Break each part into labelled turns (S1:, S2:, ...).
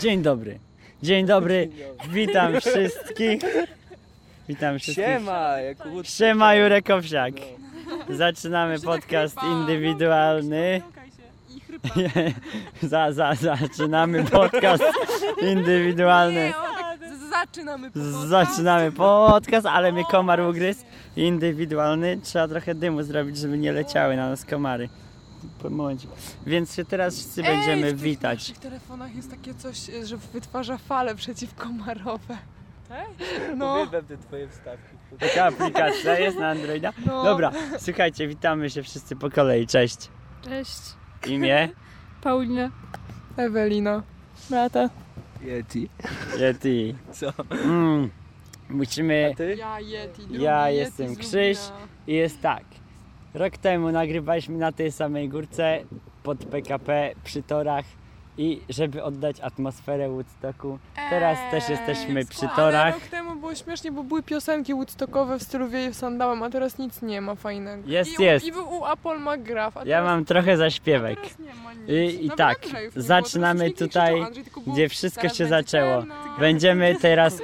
S1: Dzień dobry. Dzień dobry. Witam wszystkich. Witam wszystkich.
S2: Siema, Jakub.
S1: Siema Jurek Owsiak. Zaczynamy podcast indywidualny.
S3: I chrypa.
S1: za, za, zaczynamy podcast indywidualny.
S3: Nie, o, tak z- zaczynamy po
S1: Zaczynamy podcast, ale mnie komar ugryzł. Indywidualny. Trzeba trochę dymu zrobić, żeby nie leciały na nas komary. Po momencie. Więc się teraz wszyscy będziemy
S3: Ej, w tych
S1: witać.
S3: naszych telefonach jest takie coś, y, że wytwarza fale przeciwkomarowe. Tak? No.
S2: Uwielbiam te twoje wstawki.
S1: Taka aplikacja jest na Androida.
S3: no.
S1: Dobra, słuchajcie, witamy się wszyscy po kolei. Cześć.
S4: Cześć,
S1: Imię?
S4: Paulina.
S3: Ewelina. Beata.
S2: Yeti.
S1: Yeti.
S2: Co?
S1: Mm. Musimy.
S2: Ty?
S3: Ja Yeti. drugi
S1: Ja
S3: Yeti
S1: jestem
S3: z Lublina.
S1: Krzyś. I jest tak. Rok temu nagrywaliśmy na tej samej górce pod PKP przy torach i żeby oddać atmosferę Woodstocku, teraz też jesteśmy
S3: Ej,
S1: przy
S3: słuchaj,
S1: torach.
S3: Eee, Ale rok temu było śmiesznie, bo były piosenki woodstockowe w stylu wieje w sandałem, a teraz nic nie ma fajnego.
S1: Jest,
S3: I,
S1: jest.
S3: I był u Apple McGrath, a
S1: Ja
S3: teraz
S1: mam trochę zaśpiewek.
S3: Teraz nie ma nic.
S1: I- i
S3: Nawet
S1: tak,
S3: Andrzej już nie
S1: zaczynamy
S3: było, to już nikt nie
S1: tutaj,
S3: krzyczał, Andrzej, tylko było,
S1: gdzie wszystko
S3: zaraz
S1: się
S3: będzie no.
S1: zaczęło.
S3: ciemno.
S1: Będziemy teraz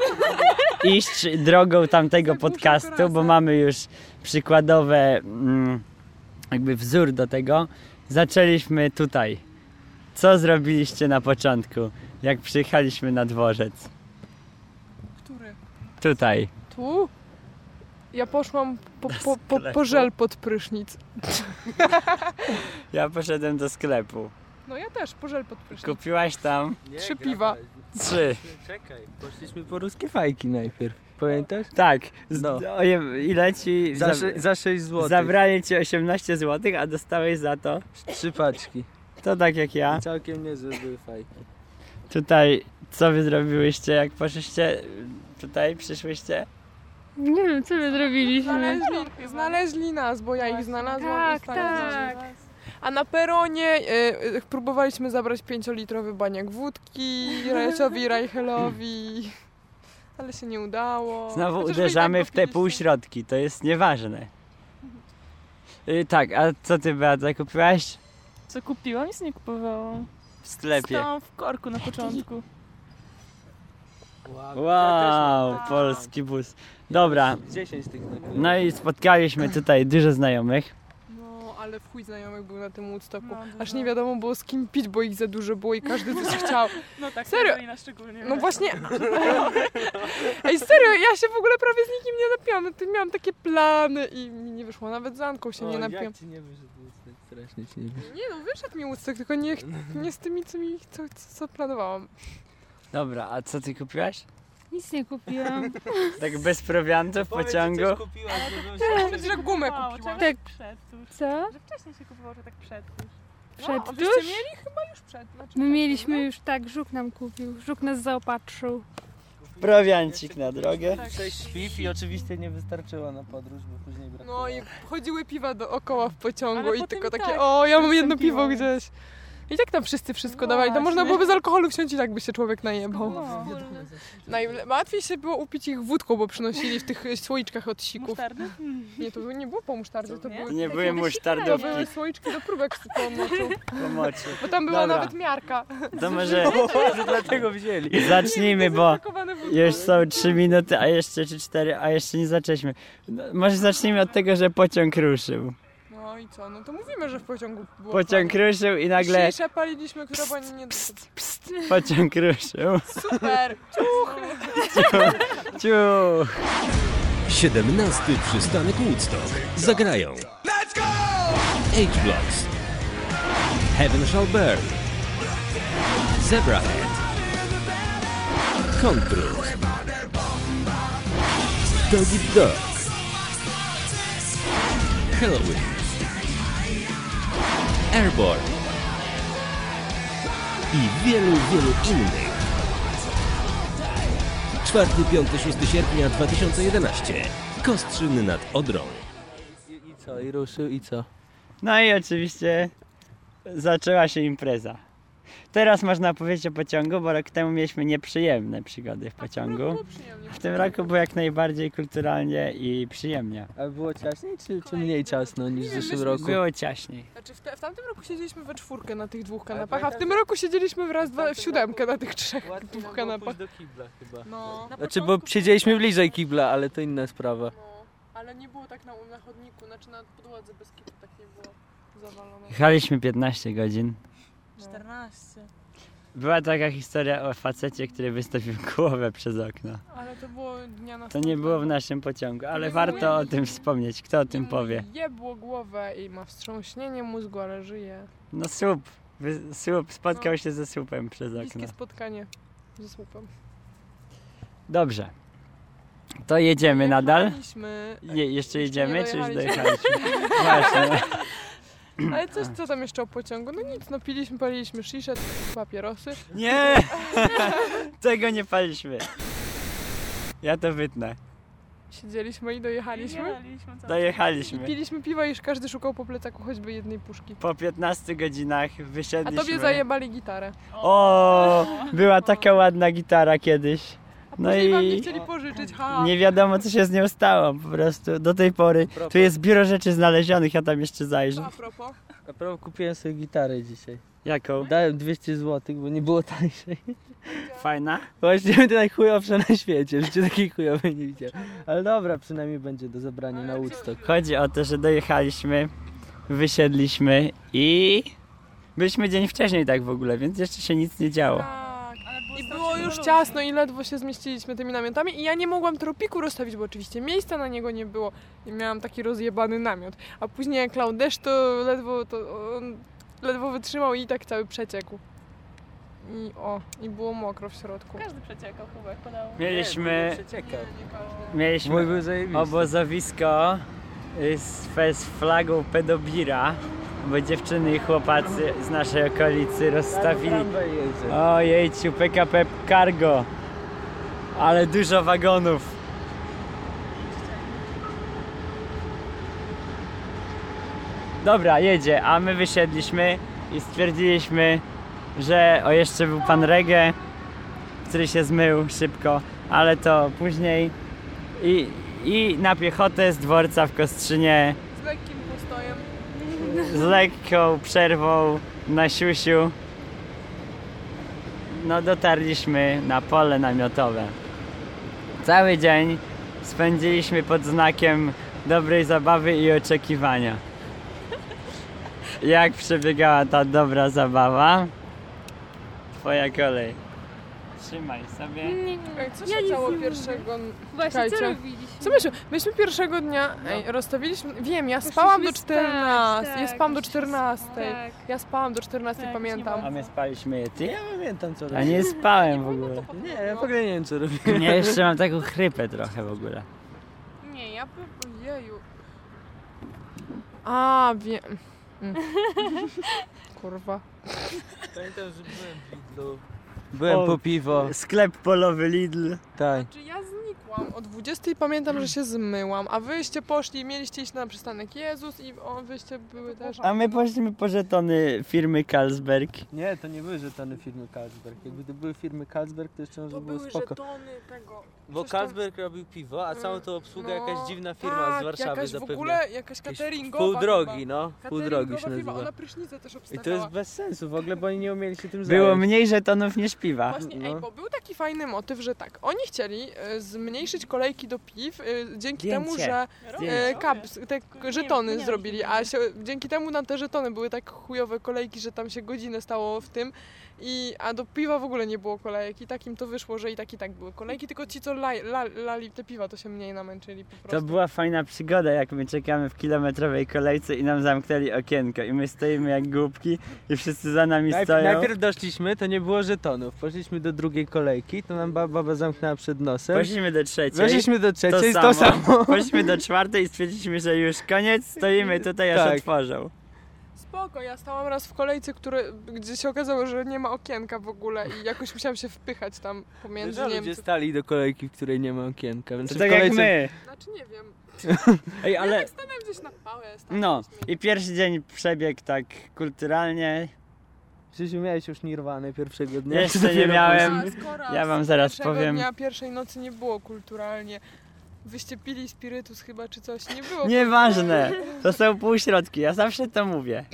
S1: iść drogą tamtego
S3: Zagłuszę
S1: podcastu, bo
S3: wyrazy.
S1: mamy już przykładowe mm, jakby wzór do tego. Zaczęliśmy tutaj. Co zrobiliście na początku, jak przyjechaliśmy na dworzec?
S3: Który?
S1: Tutaj.
S3: Tu? Ja poszłam po, po, po,
S1: sklepu.
S3: po żel pod prysznic.
S1: Ja poszedłem do sklepu.
S3: No ja też, po żel pod prysznic.
S1: Kupiłaś tam
S2: Nie,
S3: Trzy piwa.
S1: trzy.
S2: Czekaj, poszliśmy po ruskie fajki najpierw. Pamiętasz?
S1: Tak.
S2: No.
S1: Z, oje, ile ci...
S2: Za,
S1: zab-
S2: sze- za 6 zł.
S1: zabrali ci 18 zł, a dostałeś za to?
S2: Trzy paczki.
S1: To tak jak ja.
S2: I całkiem niezłe były fajki.
S1: Tutaj, co wy zrobiłyście, jak poszliście? mm, Tutaj przyszłyście?
S4: Nie wiem, co my zrobiliśmy.
S3: Znaleźli, znaleźli nas, bo ja ich znalazłam.
S4: Tak,
S3: i znaleźli
S4: tak.
S3: nas. A na peronie y, y, próbowaliśmy zabrać pięciolitrowy baniak wódki Rajowi i Rajchelowi, ale się nie udało.
S1: Znowu
S3: Chociaż
S1: uderzamy
S3: i tak
S1: w te
S3: kupiliśmy.
S1: półśrodki, to jest nieważne. Y, tak, a co ty Beata kupiłaś?
S5: Co kupiłam? Nic nie kupowałam.
S1: W sklepie.
S5: Stałam w korku na początku.
S2: Wow,
S1: Wow, polski bus. Dobra,
S2: 10 tak tych naklejek.
S1: no i spotkaliśmy tutaj dużo znajomych.
S3: No, ale w chuj znajomych był na tym Woodstocku.
S5: No,
S3: Aż
S5: dużo.
S3: nie wiadomo było z kim pić, bo ich za dużo było i każdy coś chciał.
S5: No tak,
S3: Serio?
S5: Karolina szczególnie.
S3: No właśnie. Ej, serio, ja się w ogóle prawie z nikim nie napiłam. No, ty miałam takie plany i mi nie wyszło. Nawet z Anką się
S2: O,
S3: nie napiłam.
S2: Jak ci nie wyszedł Woodstock? Strasznie ci nie wyszedł.
S3: Nie no, wyszedł mi Woodstock, tylko nie, nie z tymi, co, mi, co, co planowałam.
S1: Dobra, a co ty kupiłaś?
S4: Nic nie kupiłam.
S1: Tak bez prowiantów w pociągu?
S2: kupiłaś, żebym
S3: Być, że gumę kupiłam.
S5: Tak. Przed tuż.
S4: Co?
S5: Że wcześniej się kupowało, że tak przed tuż.
S4: Przed
S3: a wyście
S4: tuż?
S3: mieli chyba już przed. Znaczy,
S4: My
S3: przed,
S4: mieliśmy już tak, żuk nam kupił. Żuk nas zaopatrzył.
S1: Prowiancik na drogę.
S2: Sześć śpiw i oczywiście nie wystarczyło na podróż, bo później
S3: no?
S2: brakowało.
S3: No i chodziły piwa dookoła w pociągu
S5: Ale
S3: i
S5: potem
S3: tylko
S5: i
S3: takie,
S5: tak
S3: o, ja mam jedno piwo
S5: wstąpiłam.
S3: gdzieś. I tak tam wszyscy wszystko dawali. To można
S5: No Właśnie.
S3: byłoby z alkoholu wsiąść i tak by się człowiek najebał.
S5: No.
S3: Najłatwiej się było upić ich wódką, bo przynosili w tych słoiczkach od sików.
S5: Musztardy?
S3: Nie, to nie było po musztardzie, to
S5: Nie?
S3: były,
S1: Nie były
S3: to
S1: musztardówki
S3: były słoiczki do próbek z pomocą.
S1: pomocy.
S3: Bo tam była
S1: Dobra.
S3: nawet miarka.
S1: To może
S2: To dlatego wzięli.
S1: zacznijmy, bo
S3: Zapakowane w-
S1: Już są 3 minuty, a jeszcze czy 4, a jeszcze nie zaczęliśmy. No, może zacznijmy od tego, że pociąg ruszył.
S3: No i co, no to mówimy, że w pociągu było
S1: Pociąg ruszył i nagle
S3: Cisza paliliśmy, która była nie...
S1: pociąg ruszył.
S3: Super! Ciuch!
S6: 17 przystanek Woodstock. Zagrają. Let's go! H-Blocks. Heaven Shall Burn. Zebrahead. Kontruch. Dog Eat Dog. Halloween. Airborne. I wielu, wielu innych. 4, 5, 6 sierpnia 2011. Kostrzyny nad Odrą.
S2: I, I co? I ruszył i co?
S1: No i oczywiście zaczęła się impreza. Teraz można powiedzieć o pociągu, bo rok temu mieliśmy nieprzyjemne przygody w pociągu. W tym roku było jak najbardziej kulturalnie i przyjemnie.
S2: A było ciasniej czy, czy mniej ciasno niż w zeszłym roku?
S1: Było ciaśniej.
S3: Znaczy w, te, w tamtym roku siedzieliśmy we czwórkę na tych dwóch kanapach, a w tym roku siedzieliśmy wraz dwa, w siódemkę na tych trzech dwóch kanapach.
S2: do kibla chyba.
S3: No,
S2: Znaczy, bo siedzieliśmy bliżej kibla, ale to inna sprawa.
S3: no, ale nie było tak na, na chodniku, znaczy na podłodze bez kitu tak nie było zawalone. No.
S1: Jechaliśmy 15 godzin.
S5: 14.
S1: Była taka historia o facecie, który wystawił głowę przez okno.
S3: Ale to było dnia na
S1: To nie było w naszym pociągu, ale
S3: jest
S1: warto o
S3: moje-
S1: tym wspomnieć. Kto o tym powie?
S3: Jebło głowę i ma wstrząśnienie mózgu, ale żyje.
S1: No słup. Wy- Słup. Spotkał się ze słupem przez okno.
S3: Bliskie spotkanie ze słupem.
S1: Dobrze. To jedziemy nadal.
S3: Jechaliśmy,
S1: Je, jeszcze
S3: Jeszcze
S1: jedziemy,
S3: nie
S1: czy już dojechaliśmy?
S3: dojechaliśmy.
S1: Właśnie.
S3: ale coś co tam jeszcze o pociągu? No nic, no piliśmy, paliliśmy szisze, papierosy.
S1: Nie! Tego nie paliśmy. Ja to wytnę.
S3: Siedzieliśmy i dojechaliśmy.
S5: Jechaliśmy cały
S1: Dojechaliśmy.
S3: Piliśmy piwo i każdy szukał po plecaku choćby jednej puszki.
S1: Po 15 godzinach
S3: A
S1: wysiedliśmy.
S3: tobie zajebali gitarę.
S5: czas.
S1: O, była taka ładna gitara kiedyś.
S3: A
S1: No
S3: później wam nie
S1: i-
S3: chcieli pożyczyć, ha! tak.
S1: Nie wiadomo, co się z nią stało po prostu do tej pory. Tu jest biuro rzeczy znalezionych, ja tam jeszcze
S3: To
S1: zajrzę.
S3: a propos.
S2: A prawo kupiłem sobie gitarę dzisiaj.
S1: Jaką?
S2: Dałem 200 zł, bo nie było tańszej.
S1: Fajna?
S2: Właśnie to najchujowsze na świecie. W życiu takiej chujowej nie widziałem. Ale dobra, przynajmniej będzie do zabrania na Woodstock.
S1: Chodzi o to, że dojechaliśmy, wysiedliśmy i byliśmy dzień wcześniej tak w ogóle, więc jeszcze się nic nie działo.
S3: Tak.
S5: Ale
S3: I
S5: strasznie
S3: było
S5: dużo
S3: już
S5: ludzi.
S3: ciasno i ledwo się zmieściliśmy tymi namiotami i ja nie mogłam tropiku rozstawić, bo oczywiście miejsca na niego nie było i miałam taki rozjebany namiot. A później jak lał deszcz, to ledwo to on ledwo wytrzymał i tak cały przeciekł. I o, i było mokro w środku.
S5: Każdy przeciekał kubek, podało.
S1: Mieliśmy,
S2: Mój
S1: mieliśmy
S2: był zajebisty.
S1: obozowisko y, z, fe- z flagą pedobira, bo dziewczyny i chłopacy z naszej okolicy rozstawili.
S2: Tramwaj jedzie.
S1: Ojejciu, PKP Cargo, ale dużo wagonów. Dobra, jedzie, a my wysiedliśmy i stwierdziliśmy, że o jeszcze był pan Regę, który się zmył szybko, ale to później i, i na piechotę z dworca w Kostrzynie
S3: Z lekkim postojem.
S1: z lekką przerwą na siusiu. No dotarliśmy na pole namiotowe. Cały dzień spędziliśmy pod znakiem dobrej zabawy i oczekiwania. Jak przebiegała ta dobra zabawa? Twoja kolej. Trzymaj sobie.
S4: Nie,
S3: Ej, co się
S4: Ja nic
S3: działo
S4: nie mówię.
S3: pierwszego
S4: Właśnie, co
S3: Czekajcie.
S4: robiliśmy?
S3: Co myśmy? Myśmy pierwszego dnia ej, rozstawiliśmy. Wiem, ja spałam do
S4: Poszliśmy
S3: 14.
S4: spać,
S3: ja
S4: tak,
S3: spałam do
S4: poszliśmy
S3: 14.
S4: Tak.
S3: Ja spałam do 14,
S5: Tak,
S3: pamiętam.
S1: A my spaliśmy je ty?
S2: Ja pamiętam co
S1: A
S2: robiłem.
S1: nie spałem w ogóle.
S2: Nie, ja w ogóle nie wiem co robiłem.
S1: Nie, jeszcze mam taką chrypę trochę w ogóle.
S3: Nie, ja bym... Jeju. A, wiem. Mm. Kurwa.
S2: Pamiętam, że byłem w Lidlu. Byłem
S1: O.
S2: po piwo.
S1: Sklep polowy Lidl.
S2: Tak.
S3: Znaczy ja znikłam o 20 pamiętam, że się zmyłam, a wyście poszli, mieliście iść na przystanek Jezus i o, wyście były też...
S1: A my poszliśmy po żetony firmy Carlsberg.
S2: Nie, to nie były żetony firmy Carlsberg. Jakby to były firmy Carlsberg, to jeszcze może
S3: To
S2: było
S3: były
S2: spoko.
S3: żetony tego...
S2: Bo
S3: Coś tam-
S2: Carlsberg robił piwo, a całą tą obsługę
S3: No,
S2: jakaś dziwna firma
S3: tak,
S2: z Warszawy
S3: jakaś
S2: zapewnia.
S3: w ogóle, jakaś
S2: Jakieś
S3: cateringowa
S2: Pół drogi,
S3: chyba.
S2: no. Pół drogi się
S3: Cateringowa firma,
S2: nazywa.
S3: ona prysznicę też
S2: I
S3: obstawiała.
S2: to jest bez sensu w ogóle, bo oni nie umieli się tym zająć.
S1: Było mniej żetonów niż piwa.
S3: Właśnie,
S2: no.
S3: ej, bo był taki fajny motyw, że tak, oni chcieli e, zmniejszyć kolejki do piw e, dzięki
S1: Zdjęcie.
S3: temu, że e, kaps, te k-
S5: Nie,
S3: żetony
S5: nie
S3: zrobili,
S5: miałam
S3: a się, dzięki temu na te żetony były tak chujowe kolejki, że tam się godzinę stało w tym, i, a do piwa w ogóle nie było kolejek i takim to wyszło, że i tak i tak były kolejki, tylko ci co laj, la, lali te piwa, to się mniej namęczyli po prostu.
S1: To była fajna przygoda, jak my czekamy w kilometrowej kolejce i nam zamknęli okienko i my stoimy jak głupki i wszyscy za nami
S2: Najp-
S1: stoją.
S2: najpierw doszliśmy, to nie było żetonów. Poszliśmy do drugiej kolejki, to nam ba- baba zamknęła przed nosem.
S1: Poszliśmy do trzeciej.
S2: Weszliśmy do trzeciej, to samo.
S1: Poszliśmy do czwartej i stwierdziliśmy, że już koniec, stoimy tutaj aż
S2: Tak.
S1: otworzą.
S3: Spoko, ja stałam raz w kolejce, które, gdzie się okazało, że nie ma okienka w ogóle i jakoś musiałam się wpychać tam pomiędzy
S2: Dużo
S3: nie
S2: ludzie
S3: wiem, co...
S2: stali do kolejki, w której nie ma okienka. Więc
S1: To
S2: w
S1: tak jak
S2: kolejce-
S1: my.
S3: Znaczy nie wiem,
S1: Ej, ale...
S3: tak Tam gdzieś na pałę stałem.
S1: No i pierwszy dzień przebiegł tak kulturalnie,
S2: Krzysiu, miałeś już nirwany pierwszego dnia?
S1: Jeszcze
S2: czy
S1: nie
S2: dopiero
S1: miałem.
S2: później?
S1: Powiem-
S5: A skoro
S1: Ja wam zaraz
S3: Pierwszego
S1: powiem.
S3: dnia pierwszej nocy nie było kulturalnie. Wyście pili spirytus chyba czy coś, nie było.
S1: Nieważne, to są półśrodki, ja zawsze to mówię.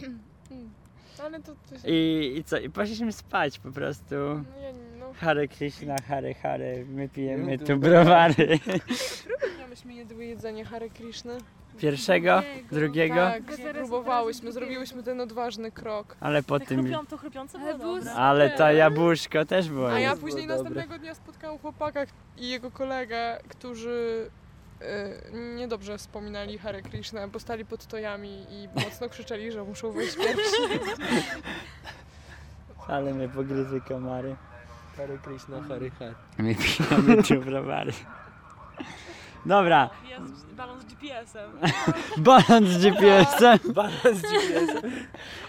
S3: Ale to coś...
S1: I, i co, i poszliśmy spać po prostu.
S3: No ja nie, no.
S1: Hare Krishna, Hare Hare, my pijemy
S2: My
S1: tu
S2: tu
S1: browary.
S3: Ja myśmy jedły jedzenie Hare Krishny.
S1: Pierwszego, drugiego,
S3: Tak,
S4: Zaraz, zaraz
S3: próbowałyśmy,
S4: drugiego.
S3: zrobiłyśmy ten odważny krok.
S1: ale po
S5: tak
S1: tym...
S5: chrupią, to chrupiące
S4: Ale
S5: było
S4: był
S5: dobre.
S1: Ale to jabłuszko też było.
S3: A ja
S2: jest,
S3: później
S2: było dobre.
S3: następnego dnia spotkałam chłopaka i jego kolegę, którzy e, niedobrze wspominali Hare Krishna, bo stali pod tojami i mocno krzyczeli, że muszą wyjść pierwsi.
S1: Ale mnie pogryzły komary.
S2: Hare Krishna, Hare Hare.
S1: My pijemy tu browary. Dobra,
S5: Jest balon z GPS-em.
S1: balon z GPS-em.
S2: Balans GPS.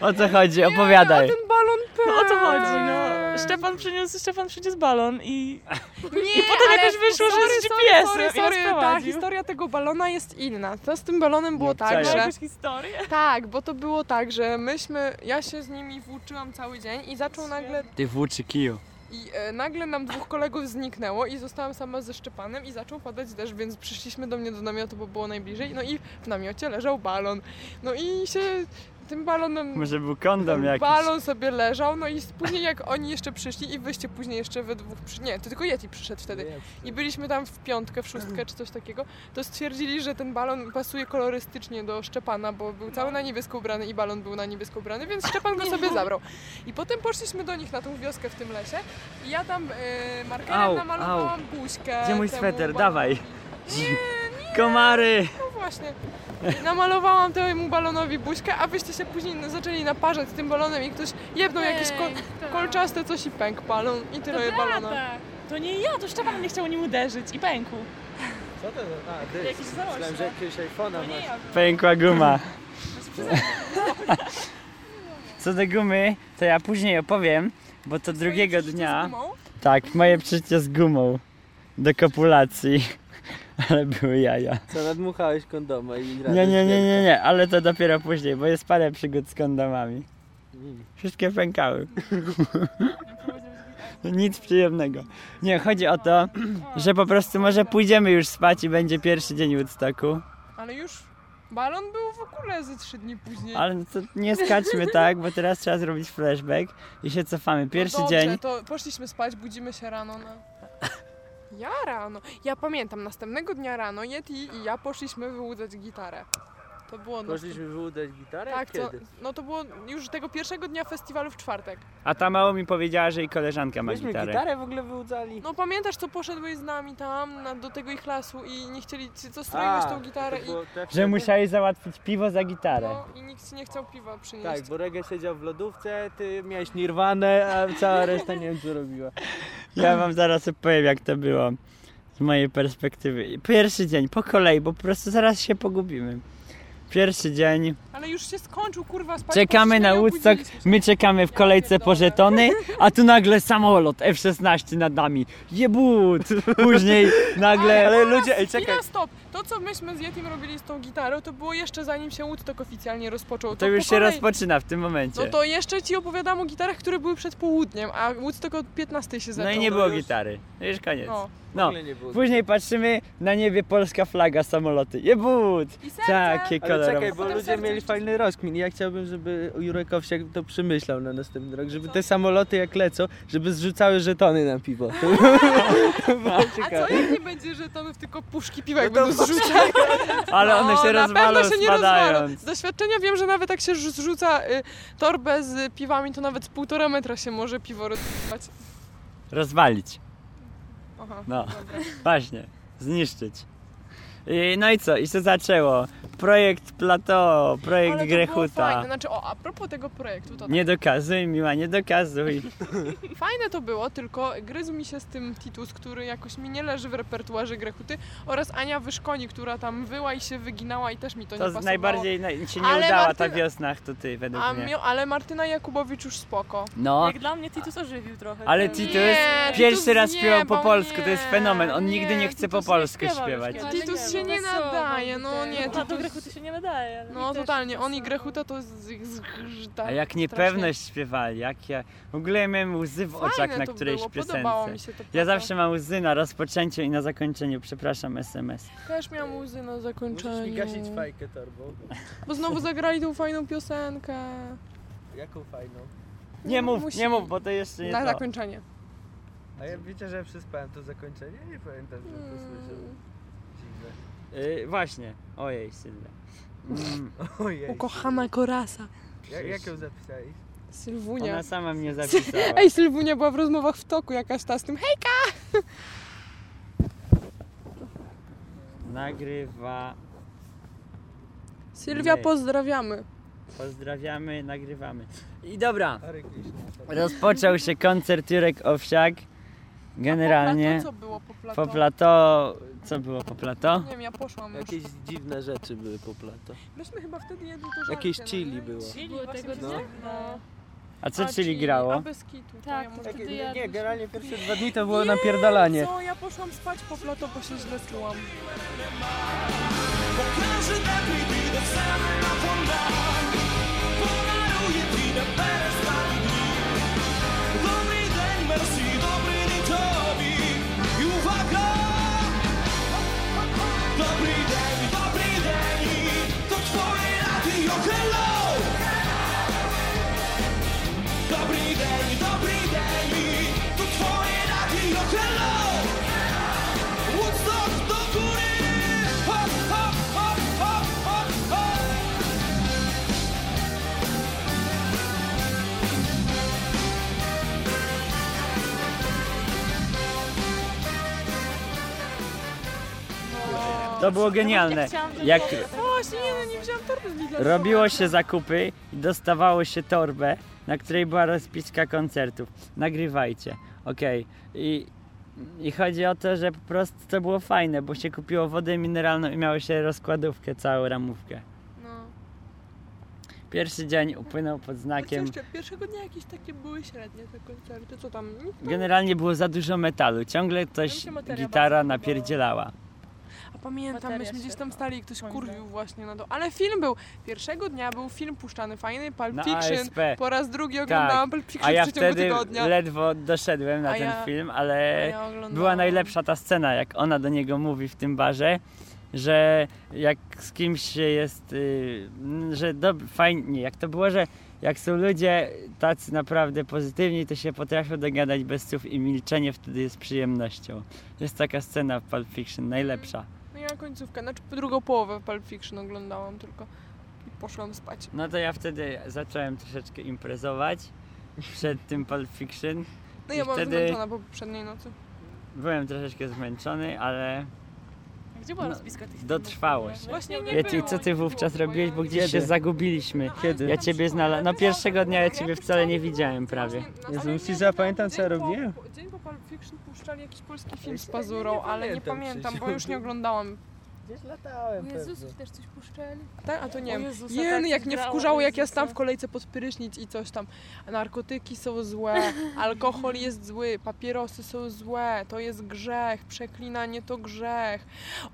S1: O co chodzi? Opowiadaj.
S3: A ten balon
S5: No o co chodzi, no.
S3: Eee. Tak.
S5: Szczepan przyniósł, Szczepan przyniósł balon i...
S3: Nie, I
S5: potem jakoś wyszło, że z GPS-em i nas
S3: ta
S5: prowadził.
S3: historia tego balona jest inna. To z tym balonem było
S1: No, co
S3: tak,
S1: jest?
S5: Miała
S3: że...
S5: jakąś historię.
S3: Tak, bo to było tak, że myśmy... Ja się z nimi włóczyłam cały dzień i zaczął nagle
S1: Ty włóczy kiju.
S3: I e, nagle nam dwóch kolegów zniknęło i zostałam sama ze Szczepanem i zaczął padać deszcz, więc przyszliśmy do mnie do namiotu, bo było najbliżej. No i w namiocie leżał balon. No i się tym balonem...
S1: Może był kondom
S3: ten
S1: jakiś.
S3: balon sobie leżał, no i później jak oni jeszcze przyszli i wyście później jeszcze we dwóch przy... Nie, to tylko Yeti przyszedł wtedy. I byliśmy tam w piątkę, w szóstkę czy coś takiego, to stwierdzili, że ten balon pasuje kolorystycznie do Szczepana, bo był cały na niebiesko ubrany i balon był na niebiesko ubrany, więc Szczepan go sobie zabrał. I potem poszliśmy do nich na tą wioskę w tym lesie i ja tam y, markerem
S1: Au,
S3: namalowałam buźkę.
S1: Gdzie mój
S3: temu
S1: sweter?
S3: balonowi.
S1: Dawaj. Komary.
S3: No właśnie. I Namalowałam temu balonowi buźkę, a wyście się później zaczęli naparzać tym balonem i ktoś jebnął jakieś ko- kolczaste coś i pęk balon i
S5: To
S3: tyle balona.
S5: prawda. To nie ja, to Szczepan nie chciał nim uderzyć i pękł.
S2: Co to za... A, ty.
S5: Jakiś
S2: Myślałem, że
S5: zaroślak.
S2: jakiegoś
S5: To
S2: iPhone'a
S5: nie
S2: masz.
S5: ja byłam.
S1: Pękła guma. Co do gumy, to ja później opowiem, bo to drugiego
S3: Twoje przeżycie z
S1: dnia.
S3: gumą?
S1: Tak, moje przyjście z gumą do kopulacji. Ale były jaja.
S2: Co, nadmuchałeś kondoma i
S1: Nie, nie, nie, nie, nie, ale to dopiero później, bo jest parę przygód z kondomami.
S2: Mm.
S1: Wszystkie pękały. Nic przyjemnego. Nie, chodzi o to, że po prostu może pójdziemy już spać i będzie pierwszy dzień Woodstocku.
S3: Ale już balon był w ogóle ze trzy dni później.
S1: Ale no to nie skaczmy tak, bo teraz trzeba zrobić flashback i się cofamy. Pierwszy
S3: no dobrze,
S1: dzień.
S3: to poszliśmy spać, budzimy się rano na... Ja rano. Ja pamiętam, następnego dnia rano Yeti i ja poszliśmy wyłudzać gitarę. To było... no-
S2: Poszliśmy wyłudzać gitarę?
S3: Tak, to,
S2: Kiedy?
S3: no to było już tego pierwszego dnia festiwalu w czwartek.
S1: A ta mało mi powiedziała, że i koleżanka ma
S2: Myśmy
S1: gitarę.
S2: gitarę w ogóle wyłudzali.
S3: No pamiętasz, co poszedłeś z nami tam na, do tego ich lasu i nie chcieli, ci- co stroiłeś tą gitarę
S2: to
S3: i,
S2: było te wtedy?
S1: Że musiałeś załatwić piwo za gitarę.
S3: no, i nikt ci nie chciał piwa przynieść.
S2: Tak, bo Regę siedział w lodówce, ty miałeś nirwanę, a cała reszta nie wiem co robiła.
S3: No.
S1: Ja wam zaraz opowiem, jak to było z mojej perspektywy. Pierwszy dzień, po kolei, bo po prostu zaraz się pogubimy. Pierwszy dzień,
S3: Ale już się skończył, kurwa, spać.
S1: czekamy na Woodstock, my czekamy w kolejce po żetony, a tu nagle samolot F-16 nad nami. Jebut! Później nagle...
S3: Ale
S2: ludzie, ej
S3: Czekaj. stop! To, co myśmy z Yetim robili z tą gitarą, to było jeszcze zanim się Woodstock oficjalnie rozpoczął.
S1: To już
S3: No
S1: się
S3: po kolei-
S1: rozpoczyna w tym momencie.
S3: No to jeszcze ci opowiadam o gitarach, które były przed południem, a Woodstock od 15 się
S1: No
S3: zaczął.
S1: i nie było
S2: już-
S1: gitary. No Już koniec.
S3: No.
S2: W
S1: No.
S2: ogóle nie było.
S1: Później patrzymy na niebie polska flaga, samoloty. Jebut!
S3: I serce!
S1: Takie
S2: Ale czekaj,
S1: kolorowe.
S2: bo
S3: Potem
S2: ludzie
S3: serce
S2: mieli
S3: jeszcze-
S2: fajny rozkmin. Ja chciałbym, żeby Jurek Owsiak to przemyślał na następny rok, żeby te samoloty jak lecą, żeby zrzucały żetony na piwo. To by było
S3: A co
S2: ciekawe.
S3: jak nie będzie żetonów, tylko puszki piwa jak
S2: No to
S3: będą zrzucać?
S1: Ale one
S3: No,
S1: się
S3: na
S1: rozwalą
S3: pewno się nie rozwalą.
S1: spadając.
S3: Z doświadczenia wiem, że nawet jak się rzu- zrzuca y, torbę z piwami, to nawet z półtora metra się może piwo rozwać.
S1: Rozwalić.
S3: Aha.
S1: No.
S3: dobra.
S1: Właśnie, zniszczyć. I, no i co? I się zaczęło. Projekt Plato, projekt
S3: Ale to było
S1: Grechuta.
S3: fajne. Znaczy, o, a propos tego projektu, to
S1: Nie dokazuj, miła, nie dokazuj.
S3: fajne to było, tylko gryzł mi się z tym Titus, który jakoś mi nie leży w repertuarze Grechuty oraz Ania Wyszkoni, która tam wyła i się wyginała i też mi to, nie
S1: To
S3: pasowało.
S1: z najbardziej naj- się nie
S3: Ale
S1: udała ta
S3: Martyna-
S1: wiosna, to ty według
S3: A
S1: mnie.
S3: mio, ale Martyna Jakubowicz już spoko.
S1: No,
S5: Jak dla mnie Titus ożywił trochę.
S1: ale
S5: ten-
S1: Titus
S3: Nie, Titus
S1: pierwszy raz śpiewał po
S3: zjebał,
S1: polsku,
S3: nie,
S1: to jest fenomen. On
S3: nie,
S1: nigdy nie chce po
S5: Titus nie
S1: polsku
S5: śpiewał już
S1: śpiewać.
S5: kiedyś. Ale nie
S3: Titus się nie
S4: No, wesoło,
S3: nadaje, no
S4: tak.
S3: nie.
S5: No,
S3: To,
S5: to
S3: to,
S5: Grechuty się nie nadaje.
S3: no
S4: Mi też
S3: totalnie,
S4: wesoło.
S3: oni Grechuta to z ich zgrzyta.
S1: A jak niepewność śpiewali, jak ja... W ogóle ja miałem łzy w oczach
S3: Fajne
S1: na
S3: to
S1: którejś
S3: było, podobało
S1: piosence.
S3: mi się to.
S1: Ja
S3: prawda.
S1: zawsze mam łzy na rozpoczęciu i na zakończeniu, przepraszam, SMS.
S3: Też miałam łzy na
S2: Musisz mi
S3: zakończeniu.
S2: gasić fajkę torbą.
S3: Bo znowu zagrali tą fajną piosenkę.
S2: Jaką fajną?
S1: Nie mów,
S3: musi-
S1: nie mów, bo to jeszcze nie
S3: No, Na
S1: to.
S3: zakończenie.
S2: A ja wiecie, że ja przyspałem to zakończenie? Nie pamiętam, że to słyszałem.
S3: Mm.
S2: Dziwne.
S1: Y, właśnie, ojej, Sylwia. Mm,
S2: Ojej.
S3: Ukochana Korasa.
S2: Ja, jak ją zapisałeś?
S3: Sylwunia.
S1: ona sama mnie zapisała.
S3: Ej, Sylwunia była w rozmowach w toku jakaś ta z tym hejka.
S1: Nagrywa...
S3: Sylwia,
S1: Nie.
S3: pozdrawiamy.
S1: Pozdrawiamy, nagrywamy. I dobra,
S2: Hare Krishna.
S1: rozpoczął się koncert Jurek Owsiak. Generalnie.
S3: co było po plato?
S1: Po plato... Co było po plato?
S3: Nie wiem, ja poszłam już.
S2: Mm. Jakieś dziwne rzeczy były po plato.
S3: Myśmy chyba wtedy jedli to żarcie,
S2: Jakieś
S3: no nie?
S2: chili było.
S5: Było tego
S2: No.
S5: dnia?
S3: No.
S1: A co
S5: A,
S1: czyli
S5: czyli-
S3: A
S1: grało?
S3: bez kitu. to
S5: Tak,
S3: ja
S5: to
S3: może-
S5: Wtedy jadliśmy.
S2: generalnie pierwsze dwa dni to było napierdalanie.
S3: Co, ja poszłam spać po plato, bo się źle czułam.
S1: To było genialne. Jak
S3: Właśnie, nie, no nie wziąłam torby z Lidla.
S1: robiło się zakupy i dostawało się torbę, na której była rozpiska koncertów. Nagrywajcie. Okej. I, I chodzi o to, że po prostu to było fajne, bo się kupiło wodę mineralną i miało się rozkładówkę, całą ramówkę.
S3: No.
S1: Pierwszy dzień upłynął pod znakiem.
S3: Znakiem. Jeszcze pierwszego dnia jakieś takie były średnie te koncerty, co tam? nic tam-
S1: Generalnie było za dużo metalu. Ciągle
S5: Nam
S1: ktoś
S5: się materia
S1: gitara
S5: bardzo
S1: napierdzielała.
S3: A pamiętam,
S5: Materia
S3: myśmy gdzieś tam
S5: świetna.
S3: stali i ktoś
S5: Moim
S3: kurwił
S5: zdaniem.
S3: właśnie na to. Ale film był. Pierwszego dnia był film puszczany, fajny, Pulp
S1: Na
S3: Fiction.
S1: ASP.
S3: Po raz drugi oglądałam Pulp Fiction
S1: Tak. A ja
S3: w przeciągu
S1: wtedy
S3: tygodnia.
S1: ledwo doszedłem na
S3: A
S1: ten
S3: ja-
S1: film,
S3: A
S1: ale
S3: ja oglądałam.
S1: była najlepsza ta scena, jak ona do niego mówi w tym barze, że jak z kimś się jest, y, m, że dob- fajnie, jak to było, że jak są ludzie tacy naprawdę pozytywni, to się potrafią dogadać bez słów i milczenie wtedy jest przyjemnością. Jest taka scena w Pulp Fiction, najlepsza.
S3: No ja końcówkę, znaczy drugą połowę Pulp Fiction oglądałam tylko. I poszłam spać.
S1: No to ja wtedy zacząłem troszeczkę imprezować przed tym Pulp Fiction.
S3: No
S1: I
S3: ja byłam
S1: wtedy-
S3: zmęczona po poprzedniej nocy.
S1: Byłem troszeczkę zmęczony, ale
S5: Gdzie była
S1: No,
S5: rozpiska tych filmów?
S1: dotrwało się.
S3: Właśnie nie
S1: Wiecie,
S3: było,
S1: co
S3: nie
S1: ty wówczas
S3: było, bo
S1: robiłeś,
S3: ja-
S1: bo gdzieś się
S2: Kiedy?
S3: No,
S1: zagubiliśmy.
S2: Kiedy?
S1: Ja ciebie znalazłem. No pierwszego
S3: tak
S1: dnia ja ciebie wcale nie widziałem prawie.
S2: Jezu,
S3: Ale
S2: musisz
S3: nie,
S2: zapamiętać, co
S3: dzień
S2: ja
S3: po-
S2: robiłem.
S3: po- Dzień po Pulp Fiction puszczali jakiś polski film
S2: Ej, nie,
S3: z
S2: nie
S3: pazurą, ale nie
S2: pamiętam
S3: pamiętam,
S2: przecież.
S3: bo już nie oglądałam.
S2: Gdzieś latałem pewnie.
S4: też coś puszczeli.
S3: Tak? A to nie
S5: O
S3: wiem.
S5: Jezusa,
S3: Jen,
S5: tak
S3: jak mnie
S5: grało,
S3: wkurzało, jak ja
S5: Jezusa.
S3: stałam w kolejce pod prysznic i coś tam. Narkotyki są złe, alkohol jest zły, papierosy są złe, to jest grzech, przeklinanie to grzech.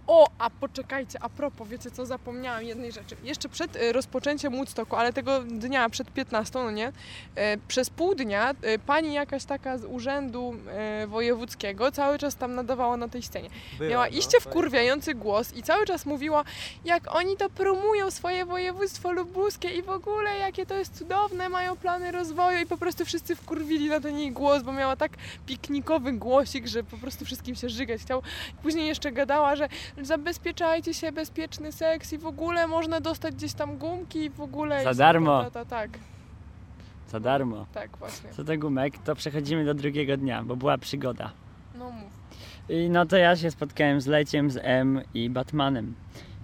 S3: O, a poczekajcie, a propos, wiecie co, zapomniałam jednej rzeczy. Jeszcze przed y, rozpoczęciem Woodstocku, ale tego dnia przed 15, no nie, E, przez pół dnia e, pani jakaś taka z urzędu e, wojewódzkiego cały czas tam nadawała na tej scenie.
S2: no.
S3: Miała iście wkurwiający głos i cały czas mówiła, jak oni to promują swoje województwo lubuskie i w ogóle jakie to jest cudowne, mają plany rozwoju i po prostu wszyscy wkurwili na ten jej głos, bo miała tak piknikowy głosik, że po prostu wszystkim się żygać chciał. Później jeszcze gadała, że zabezpieczajcie się, bezpieczny seks i w ogóle można dostać gdzieś tam gumki i w ogóle...
S1: Za
S3: i-
S1: darmo.
S3: Ta, ta, tak,
S1: Za darmo.
S3: tak właśnie.
S1: Co do gumek, to przechodzimy do drugiego dnia, bo była przygoda.
S3: No mów.
S1: I no to ja się spotkałem z Leciem, z M i Batmanem.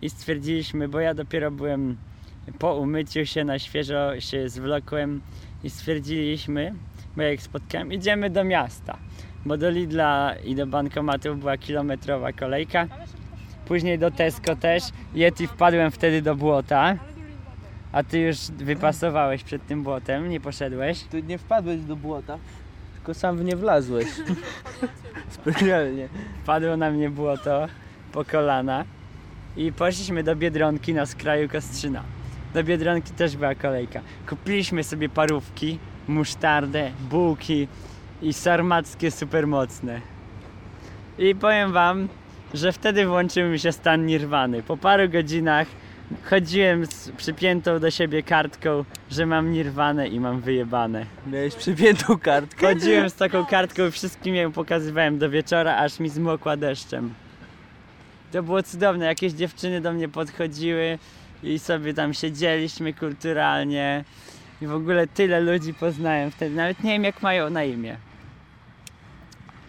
S1: I stwierdziliśmy, bo ja dopiero byłem po umyciu się na świeżo, się zwlokłem i stwierdziliśmy, bo jak spotkałem, idziemy do miasta. Bo do Lidla i do bankomatów była kilometrowa kolejka. Później do Tesco też. Yeti wpadłem wtedy do błota. A ty już wypasowałeś przed tym błotem, nie poszedłeś.
S2: Ty nie wpadłeś do błota, tylko sam w nie wlazłeś. Specjalnie.
S1: Padło na mnie błoto po kolana. i poszliśmy do Biedronki na skraju Kostrzyna. Do Biedronki też była kolejka. Kupiliśmy sobie parówki, musztardę, bułki i sarmackie supermocne. I powiem wam, że wtedy włączył mi się stan nirwany. Po paru godzinach chodziłem z przypiętą do siebie kartką, że mam nirwanę i mam wyjebane.
S2: Miałeś przypiętą kartkę.
S1: Chodziłem z taką kartką i wszystkim ją pokazywałem do wieczora, aż mi zmokła deszczem. To było cudowne, jakieś dziewczyny do mnie podchodziły i sobie tam siedzieliśmy kulturalnie. I w ogóle tyle ludzi poznałem wtedy, nawet nie wiem jak mają na imię.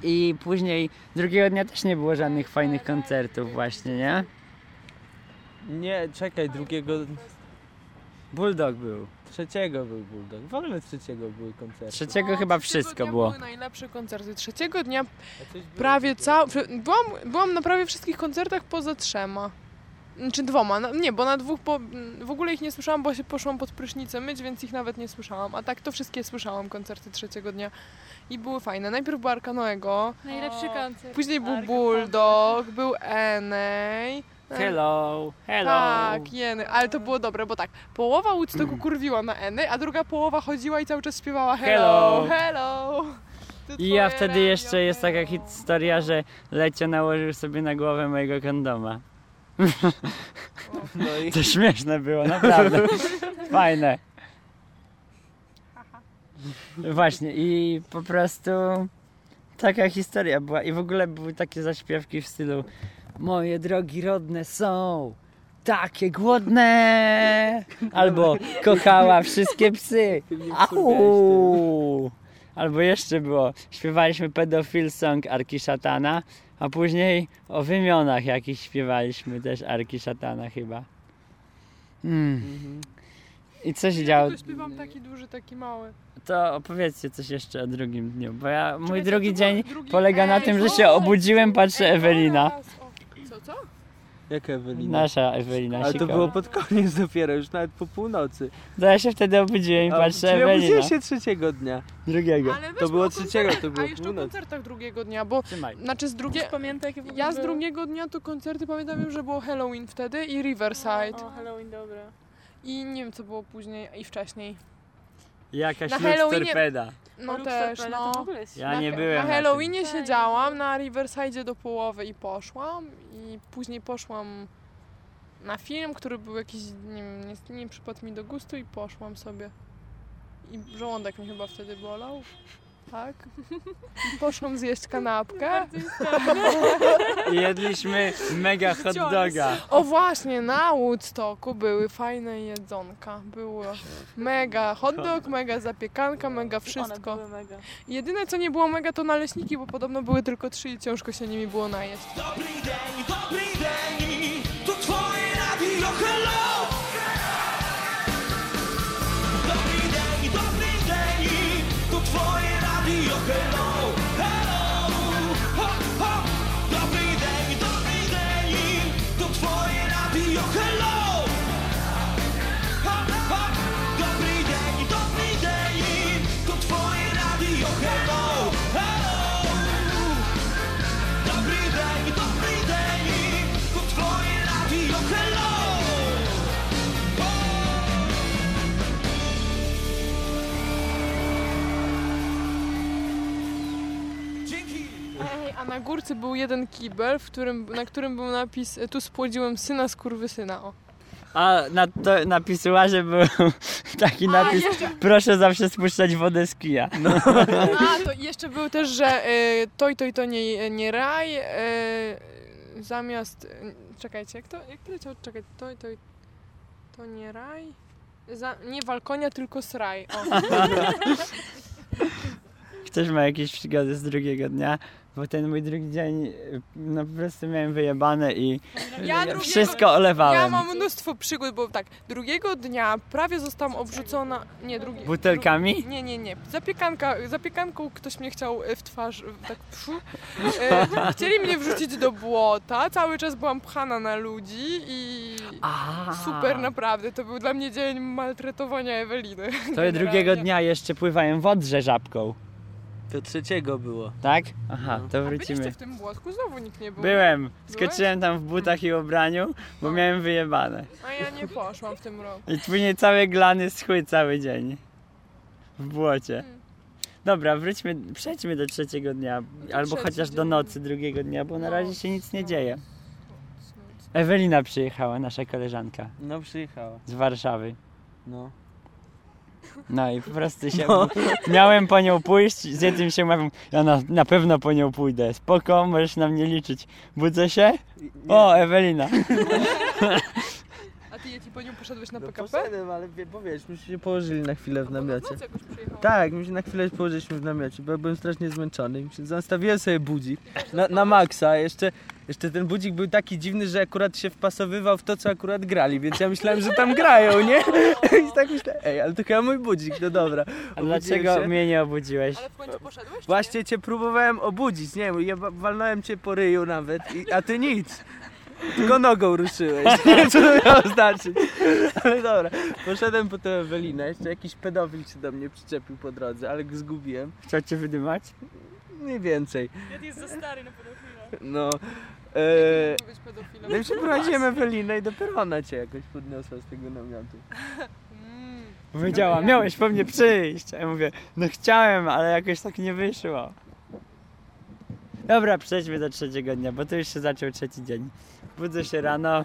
S1: I później, drugiego dnia też nie było żadnych fajnych koncertów właśnie, nie?
S2: Nie, czekaj, drugiego,
S1: Bulldog był.
S2: trzeciego był Bulldog. W ogóle trzeciego były koncerty.
S1: Trzeciego
S3: No,
S1: chyba
S3: trzeciego
S1: wszystko
S3: dnia
S1: było.
S3: Były najlepsze koncerty. Trzeciego dnia
S2: A coś było
S3: prawie
S2: drugiego?
S3: cał... Byłam, byłam na prawie wszystkich koncertach poza trzema. Czy dwoma. Na, nie, bo na dwóch po, w ogóle ich nie słyszałam, bo się poszłam pod prysznicę myć, więc ich nawet nie słyszałam. A tak to wszystkie słyszałam koncerty trzeciego dnia. I były fajne. Najpierw był Arkanoego,
S4: Najlepszy koncert.
S3: później był Bulldog, był Enej.
S1: Hello, hello.
S3: Tak, jeny, ale to było dobre, bo tak, połowa Woodstocku kurwiła na Eny, a druga połowa chodziła i cały czas śpiewała hello,
S1: Hello.
S3: hello. hello. To
S1: I ja
S3: twoje
S1: wtedy
S3: radio,
S1: jeszcze jest taka
S3: hello.
S1: historia, że Lecio nałożył sobie na głowę mojego kondoma.
S2: No i
S1: To śmieszne było, naprawdę. Fajne. Właśnie i po prostu taka historia była i w ogóle były takie zaśpiewki w stylu Moje drogi rodne są takie głodne albo kochała wszystkie psy.
S2: ty mnie wkurwiałeś
S1: Au! Albo jeszcze było, śpiewaliśmy pedofil song Arki Szatana, a później o wymionach jakichś śpiewaliśmy też Arki Szatana chyba. Mm.
S2: teraz. Mhm.
S1: I co się
S3: Ja
S1: działo?
S3: tylko śpiewam taki duży, taki mały.
S1: To opowiedzcie coś jeszcze o drugim dniu, bo ja, mój
S3: Czekaj,
S1: drugi
S3: to było
S1: dzień
S3: drugi-
S1: polega na
S3: Ej,
S1: tym, że
S3: co?
S1: się obudziłem, patrzę
S3: Ej,
S1: Ewelina.
S3: zaraz, o. Co, co?
S2: Jaka Ewelina?
S1: Nasza Ewelina
S2: Ale to
S1: Sikowa.
S2: było pod koniec dopiero, już nawet po północy.
S1: To ja się wtedy obudziłem i
S2: A,
S1: patrzę
S2: czyli
S1: Ewelina.
S2: obudziłeś się trzeciego dnia.
S1: Drugiego.
S3: Ale weźmy
S2: To
S3: o
S2: było
S3: koncertach,
S2: trzeciego, to
S3: A
S2: było
S3: jeszcze o
S2: północ.
S3: koncertach drugiego dnia, bo
S1: Trzymaj.
S3: znaczy z drugie...
S5: Pamiętaj, jakie w ogóle
S3: Ja z
S5: były?
S3: drugiego dnia to koncerty pamiętam, wiem, że było Halloween wtedy i Riverside.
S5: O, Halloween, dobra.
S3: I nie wiem, co było później i wcześniej.
S1: Jakaś
S3: Na lux Halloweenie-
S1: torpeda.
S3: No
S5: Lux
S3: też,
S5: Torpedo
S3: no.
S5: To w ogóle jest
S1: Ja
S5: świetne.
S1: nie byłem na
S3: Na
S1: tym.
S3: Halloweenie
S5: Tak.
S3: siedziałam, na Riverside do połowy i poszłam. I później poszłam na film, który był jakiś, nie wiem, nie, nie przypadł mi do gustu i poszłam sobie. I żołądek mnie chyba wtedy bolał. Tak. I poszłam zjeść kanapkę.
S1: I jedliśmy mega hot doga.
S3: O właśnie, na Woodstocku były fajne jedzonka. Było mega hot dog, mega zapiekanka, mega wszystko.
S5: One były mega.
S3: Jedyne co nie było mega to naleśniki, bo podobno były tylko trzy i ciężko się nimi było najeść.
S7: Dobry dzień, dobry dzień, to twoje radio hello! Dobry dzień, dobry dzień, to twoje radio hello, hello! Hop, hop! Dobry dzień, dobry dzień, to twoje radio hello! Hop, hop! Dobry dzień, dobry dzień, to twoje radio hello, hello! Dobry dzień, dobry dzień, to twoje radio hello! Dzięki!
S3: Ej, a na górce był jeden kibel, w którym, na którym był napis e, tu spłodziłem syna z kurwy syna. O.
S1: A na, to, na pisuarze był taki napis Proszę zawsze spuszczać wodę z kija.
S3: A, to jeszcze był też, że y, to i to i to nie, nie raj, y, zamiast, y, czekajcie, jak to, jak to leciało, czekaj, to i to i to nie raj, za, nie walkonia, tylko sraj. O.
S1: Ktoś ma jakieś przygody z drugiego dnia, bo ten mój drugi dzień y, no po prostu miałem wyjebane i
S3: Ja
S1: y,
S3: drugiego-
S1: wszystko olewałem.
S3: Ja mam mnóstwo przygód, bo tak, drugiego dnia prawie zostałam obrzucona, nie, drugi,
S1: Butelkami?
S3: Nie, nie, nie. Zapiekanka, zapiekanką ktoś mnie chciał e, w twarz, e, tak pszu. E, chcieli mnie wrzucić do błota, cały czas byłam pchana na ludzi i
S1: A,
S3: super naprawdę, to był dla mnie dzień maltretowania Eweliny.
S1: To ja
S3: generalnie.
S1: drugiego dnia jeszcze pływałem w Odrze żabką.
S2: To trzeciego było.
S1: Tak? Aha, to
S3: No. Byliście
S1: wrócimy.
S3: w tym błotku? Znowu nikt nie był.
S1: Byłem, skoczyłem tam w butach i ubraniu, bo
S3: No.
S1: miałem wyjebane.
S3: A ja nie poszłam w tym roku.
S1: I później całe glany schły cały dzień. W błocie. Dobra, wróćmy, przejdźmy do trzeciego dnia,
S3: to
S1: albo
S3: trzeci
S1: chociaż do
S3: dzień.
S1: nocy drugiego dnia, bo na
S3: No,
S1: razie się nic nie
S3: no.
S1: dzieje. Ewelina przyjechała, nasza koleżanka
S2: No przyjechała.
S1: z Warszawy.
S2: No.
S1: No i po prostu się.
S2: No.
S1: Miałem po nią pójść, z jednym się mówię, ja na, na pewno po nią pójdę. Spoko, możesz na mnie liczyć. Budzę się? O, Ewelina.
S3: no. A ty Yeti po nią poszedłeś na
S2: no
S3: PKP?
S2: poszedłem, ale wie- bo wiesz, myśmy się położyli na chwilę w
S3: Bo na
S2: namiocie.
S3: noc jakoś przyjechała.
S2: Tak, my się na chwilę położyliśmy w namiocie, bo ja byłem strasznie zmęczony. i się- Zostawiłem sobie budzik na, na maksa. Jeszcze, jeszcze ten budzik był taki dziwny, że akurat się wpasowywał w to, co akurat grali, więc ja myślałem, że tam grają, nie? I tak myślałem, ej, ale to chyba mój budzik, no dobra.
S1: A
S2: Obudziłem
S1: dlaczego
S2: się.
S1: mnie nie obudziłeś?
S3: Ale w końcu poszedłeś? czy
S2: Właśnie cię próbowałem obudzić, nie wiem, ja wa- walnąłem cię po ryju nawet, i, a ty nic. Tylko nogą ruszyłeś. Nie wiem, co to miało znaczyć. Ale dobra, poszedłem po tę Ewelinę, jeszcze jakiś pedofil się do mnie przyczepił po drodze, ale go zgubiłem.
S1: Chciał cię wydymać?
S2: Mniej więcej.
S5: Jed jest za stary na pedofila.
S2: No.
S3: nie?
S2: E,
S3: Mogę być pedofilem.
S2: no i przeprowadziłem Ewelinę i dopiero ona cię jakoś podniosła z tego namiotu.
S3: Mm.
S2: No.
S1: Powiedziała, miałeś po mnie przyjść. A ja mówię, no chciałem, ale jakoś tak nie wyszło. Dobra, przejdźmy do trzeciego dnia, bo to już się zaczął trzeci dzień. Budzę się rano.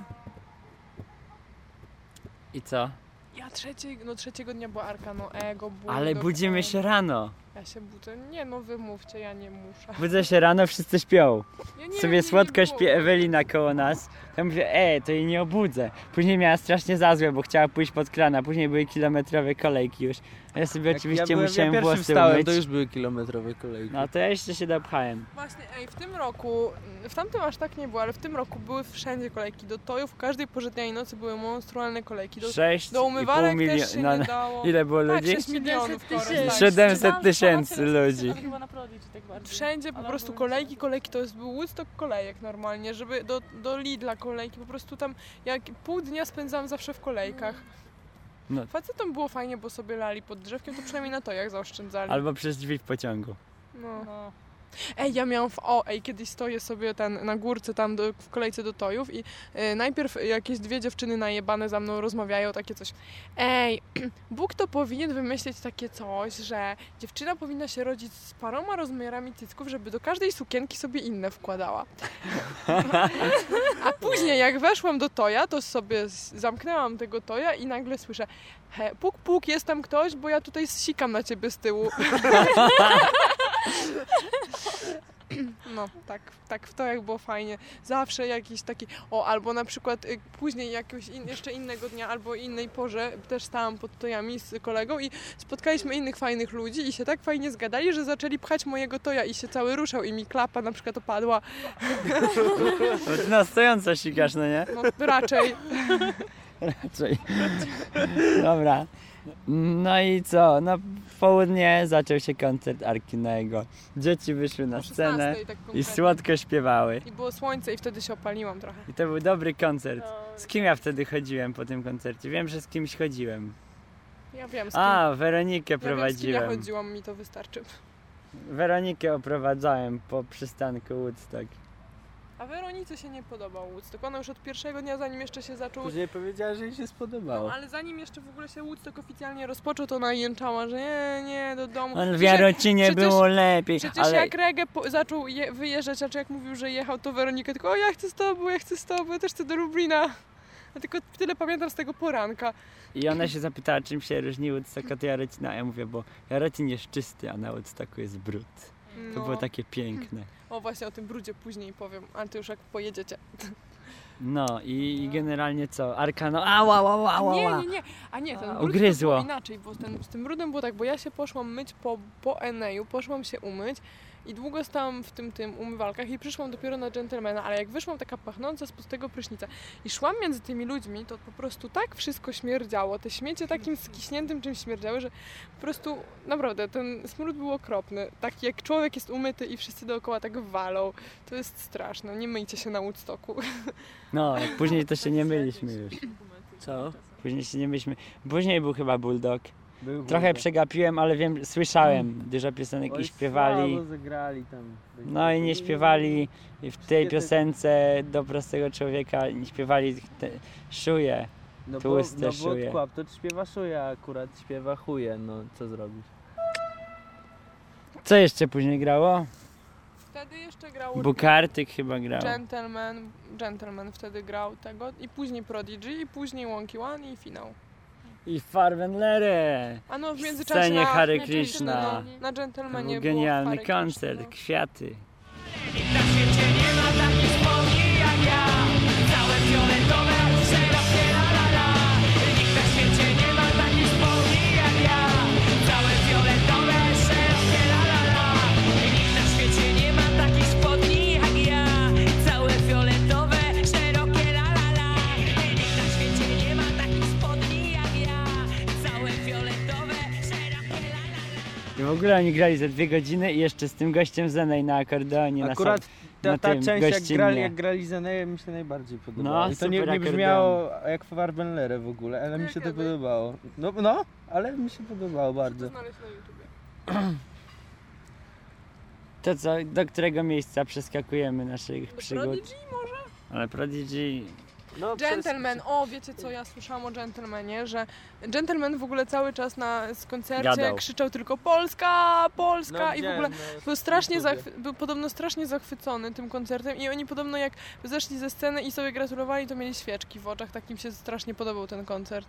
S1: I co?
S3: Ja trzeciej, no trzeciego dnia była Arka, no ego, ból,
S1: Ale
S3: do-
S1: budzimy się rano.
S3: Ja się budzę. Nie no, wy mówcie, ja nie muszę.
S1: Budzę się rano, wszyscy śpią.
S3: Ja nie,
S1: Sobie
S3: nie,
S1: słodko
S3: nie
S1: śpi Ewelina koło nas. Ja mówię, e, to jej nie obudzę. Później miała strasznie za złe, bo chciała pójść pod krana. Później były kilometrowe kolejki już. A Ja sobie oczywiście
S2: byłem-
S1: musiałem
S2: ja pierwszy
S1: włosy
S2: wstałem,
S1: umyć.
S2: to już były kilometrowe kolejki.
S1: No to ja jeszcze się dopchałem.
S3: Właśnie, ej, w tym roku, w tamtym aż tak nie było, ale w tym roku były wszędzie kolejki do tojów, w każdej porze dnia i nocy były monstrualne kolejki. Do,
S1: Sześć
S3: do
S1: i
S3: umywalek
S1: pół
S3: No, też się
S1: miliona.
S3: nie dało.
S1: Ile było
S3: tak,
S1: ludzi?
S3: 6 milionów
S5: 700
S3: koron, tak.
S1: 700 tysięcy ludzi.
S5: Ale chyba na prodi, czy tak bardziej.
S3: Wszędzie po
S5: Ale
S3: prostu
S5: ogólnie
S3: kolejki, kolejki, to jest był Woodstock kolejek normalnie, żeby do, do Lidla kolejki, po prostu tam jak pół dnia spędzałam zawsze w kolejkach.
S1: No.
S3: Facetom było fajnie, bo sobie lali pod drzewkiem, to przynajmniej na to jak zaoszczędzali.
S1: Albo przez drzwi w pociągu.
S3: No.
S5: No.
S3: Ej, ja miałam w o, ej, kiedyś stoję sobie ten na górce tam do, w kolejce do tojów i e, najpierw jakieś dwie dziewczyny najebane za mną rozmawiają takie coś. Ej, Bóg to powinien wymyślić takie coś, że dziewczyna powinna się rodzić z paroma rozmiarami cycków, żeby do każdej sukienki sobie inne wkładała. A później jak weszłam do toja, to sobie z- zamknęłam tego toja i nagle słyszę he, puk puk, jest tam ktoś, bo ja tutaj sikam na ciebie z tyłu. No, tak, tak w to jak było fajnie. Zawsze jakiś taki, o, albo na przykład y, później jakiegoś in, jeszcze innego dnia, albo innej porze też stałam pod tojami z kolegą i spotkaliśmy innych fajnych ludzi i się tak fajnie zgadali, że zaczęli pchać mojego toja i się cały ruszał i mi klapa na przykład opadła.
S1: Bo ty na stojąco sikasz, no nie?
S3: No, raczej.
S1: Raczej. Dobra. No i co? No w południe zaczął się koncert Arki Noego. Dzieci wyszły na scenę
S3: 16 tak
S1: i
S3: konkretnie.
S1: słodko śpiewały.
S3: I było słońce i wtedy się opaliłam trochę.
S1: I to był dobry koncert.
S5: To-
S1: Z kim ja wtedy chodziłem po tym koncercie? Wiem, że z kimś chodziłem.
S3: Ja wiem, z kim,
S1: A, Weronikę
S3: ja, wiem, z kim ja
S1: prowadziłem.
S3: chodziłam, mi to wystarczy.
S1: Weronikę oprowadzałem po przystanku Woodstock.
S3: A Weronice się nie podobał Woodstock. Ona już od pierwszego dnia, zanim jeszcze się zaczął
S2: Później powiedziała, że jej się spodobało.
S3: No, ale zanim jeszcze w ogóle się Woodstock oficjalnie rozpoczął, to ona jęczała, że nie, nie, do domu.
S1: Ale w
S3: No, Przecież-
S1: Jarocinie
S3: przecież-
S1: było lepiej.
S3: Przecież
S1: Ale
S3: jak Reggae po- zaczął je, wyjeżdżać, znaczy jak mówił, że jechał, to Weronika tylko o ja chcę z tobą, ja chcę z tobą, ja też chcę do Lublina. Ja tylko tyle pamiętam z tego poranka.
S1: I ona się zapytała, czym się różni Woodstock od Jarocina. A ja mówię, bo Jarocin jest czysty, a na Woodstocku jest brud.
S3: No.
S1: To było tak- takie piękne.
S3: O właśnie o tym brudzie później powiem, ale to już jak pojedziecie.
S1: No i, i generalnie co? Arkano, ała, ała,
S3: A
S1: ała,
S3: nie,
S1: ała.
S3: nie, nie, a nie, ten
S1: A,
S3: brud to
S1: ugryzło.
S3: było inaczej, bo ten, z tym brudem było tak, bo ja się poszłam myć po, po Eneju, poszłam się umyć i długo stałam w tym, tym umywalkach i przyszłam dopiero na dżentelmena, ale jak wyszłam taka pachnąca z pustego prysznica i szłam między tymi ludźmi, to po prostu tak wszystko śmierdziało, te śmiecie takim skiśniętym czymś śmierdziały, że po prostu naprawdę ten smród był okropny, tak jak człowiek jest umyty i wszyscy dookoła tak walą, to jest straszne, nie myjcie się na Woodstocku.
S1: No, później to się nie myliśmy już.
S2: Co?
S1: No. Później się nie myliśmy. Później był chyba Bulldog.
S2: Był
S1: Trochę
S2: Buda.
S1: przegapiłem, ale wiem, słyszałem,
S3: Mm.
S1: dużo piosenek
S2: Oj,
S1: i śpiewali.
S2: słabo zagrali tam.
S1: No i nie śpiewali w tej
S2: te-
S1: piosence do prostego człowieka, nie śpiewali te, szuje.
S2: No bo,
S1: Tłuste
S2: no bo
S1: szuje.
S2: kłap, to śpiewa szuje, a akurat śpiewa chuje, no co zrobisz?
S1: Co jeszcze później grało?
S3: Wtedy jeszcze grał
S1: Bukartyk chyba grał.
S3: Gentleman, Gentleman wtedy grał tego i później Prodigy i później Wonky One i finał.
S1: I Farbenlere.
S3: A no w
S1: W
S3: międzyczasie
S1: scenie
S3: na,
S1: Hare
S3: na
S1: Krishna.
S3: Gentlemanie- Na
S1: To
S3: Gentlemanie
S1: był
S3: było
S1: genialny
S3: Hare Krishna,
S1: koncert,
S3: no.
S1: kwiaty. I w ogóle oni grali ze dwie godziny i jeszcze z tym gościem Zenej na akordeonie. na
S2: Akurat ta,
S1: na
S2: ta
S1: tym
S2: część jak
S1: gościnnie.
S2: grali, jak grali za Nejem mi się najbardziej podobała.
S1: No,
S2: I to nie,
S1: super
S2: nie brzmiało jak w Warbenlere w ogóle, ale mi się to
S3: Tak, Jakby.
S2: podobało. No, no, ale mi się podobało bardzo.
S3: To znaleźć na YouTubie.
S1: To co, do którego miejsca przeskakujemy naszych
S3: Do
S1: przygód?
S3: Prodigy może?
S1: Ale Prodigy...
S2: No,
S3: Gentleman, o wiecie co, ja słyszałam o Gentlemanie, że Gentleman w ogóle cały czas na z koncercie
S1: Gadał.
S3: krzyczał tylko Polska,
S2: No
S3: Polska i w ogóle Był strasznie, zachwy- był podobno strasznie zachwycony tym koncertem i oni podobno jak zeszli ze sceny i sobie gratulowali, to mieli świeczki w oczach, tak im się strasznie podobał ten koncert.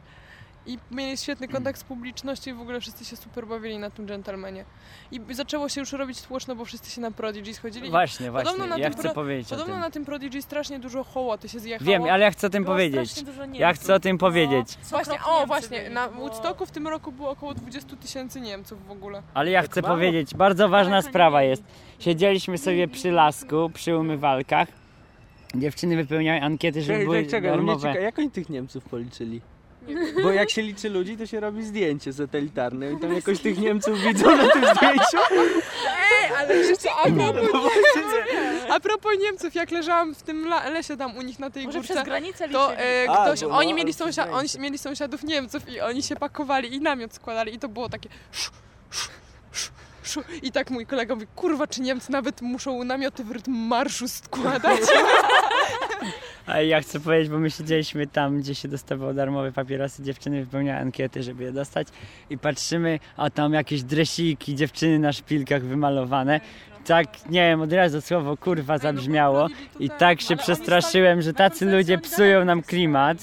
S3: I mieli
S1: Mm.
S3: świetny kontakt z publicznością i w ogóle wszyscy się super bawili na tym dżentelmenie. I b- zaczęło się już robić tłoczno, bo wszyscy się na Prodigy schodzili. i
S1: Właśnie,
S3: Podobno na
S1: właśnie, ja
S3: tym
S1: chcę
S3: pro-
S1: powiedzieć o tym.
S3: Podobno na tym Prodigy strasznie dużo hołoty się zjechało.
S1: Wiem, ale ja chcę o tym powiedzieć. Ja chcę o
S5: No,
S3: No.
S1: tym powiedzieć.
S3: Właśnie, o właśnie, na Woodstocku w tym roku było około 20 000 tysięcy Niemców w ogóle.
S1: Ale ja chcę powiedzieć, bardzo ważna sprawa jest. Siedzieliśmy sobie przy lasku, przy umywalkach. Dziewczyny wypełniały ankiety, żeby
S2: Czekaj,
S1: były
S2: czekaj, czekaj, ale mnie
S1: darmowe.
S2: cieka- jak oni tych Niemców policzyli? Bo jak się liczy ludzi, to się robi zdjęcie satelitarne i tam jakoś tych Niemców widzą na tym zdjęciu.
S3: Ej, ale jeszcze a propos,
S2: No właśnie,
S3: a propos Niemców, jak leżałam w tym la- lesie tam u nich na tej
S5: Może
S3: górce,
S5: przez granicę liczyli.
S3: to e,
S2: A,
S3: ktoś,
S2: bo
S3: oni,
S2: no,
S3: mieli
S2: ale
S3: sąsia-
S2: przyznaję
S3: oni
S2: się.
S3: mieli sąsiadów Niemców i oni się pakowali i namiot składali i to było takie szu, szu, szu, szu. i tak mój kolega mówi, kurwa, czy Niemcy nawet muszą namioty w rytm marszu składać?
S1: A ja chcę powiedzieć, bo my siedzieliśmy tam, gdzie się dostawało darmowe papierosy, dziewczyny wypełniały ankiety, żeby je dostać i patrzymy, a tam jakieś dresiki, dziewczyny na szpilkach wymalowane. Tak, nie wiem, od razu słowo kurwa zabrzmiało i tak się przestraszyłem, że tacy
S3: koncercie
S1: ludzie
S3: oni
S1: psują
S3: gadali,
S1: nam
S3: że są-
S1: klimat.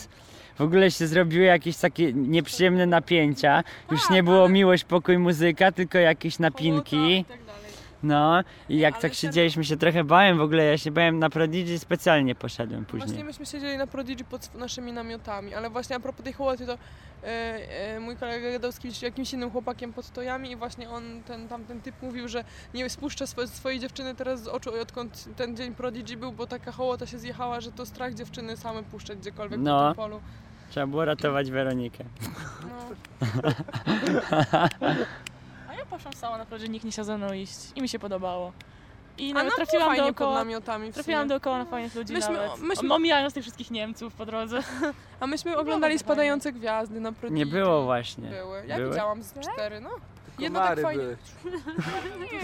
S1: W ogóle się zrobiły jakieś takie nieprzyjemne napięcia. Już nie było miłość, pokój, muzyka, tylko jakieś napinki.
S5: tak
S1: No i jak
S3: ale
S1: tak
S3: ten-
S1: siedzieliśmy, się trochę bałem w ogóle, ja się bałem na Prodigy, specjalnie poszedłem później.
S3: Właśnie myśmy siedzieli na Prodigy pod sw- naszymi namiotami, ale właśnie a propos tej hołoty, to e, e, mój kolega gadał z kimś, jakimś innym chłopakiem pod tojami i właśnie on, ten tamten typ mówił, że nie spuszcza swo- swojej dziewczyny teraz z oczu, odkąd ten dzień Prodigy był, bo taka hołota się zjechała, że to strach dziewczyny same puszczać gdziekolwiek
S1: No.
S3: po tym polu.
S1: Trzeba było ratować Weronikę.
S3: No.
S5: A ja poszłam sama na plażę, nikt nie chciał ze mną iść. I mi się podobało. I
S3: A nam
S5: nawet
S3: trafiłam
S5: trafiłam
S3: fajnie pod
S5: dookoła.
S3: namiotami w
S5: Trafiłam
S3: sumie.
S5: dookoła na fajnych ludzi
S3: Myśmy-
S5: nawet.
S3: myśmy-
S5: Omijając tych wszystkich Niemców po drodze.
S3: A myśmy
S5: fajnie.
S3: oglądali spadające gwiazdy na Prodigy.
S1: Nie było właśnie.
S3: Były. Ja
S1: Były?
S3: widziałam z cztery, no. Jedno tak
S2: Komary
S3: fajnie.
S2: były.
S3: Nie.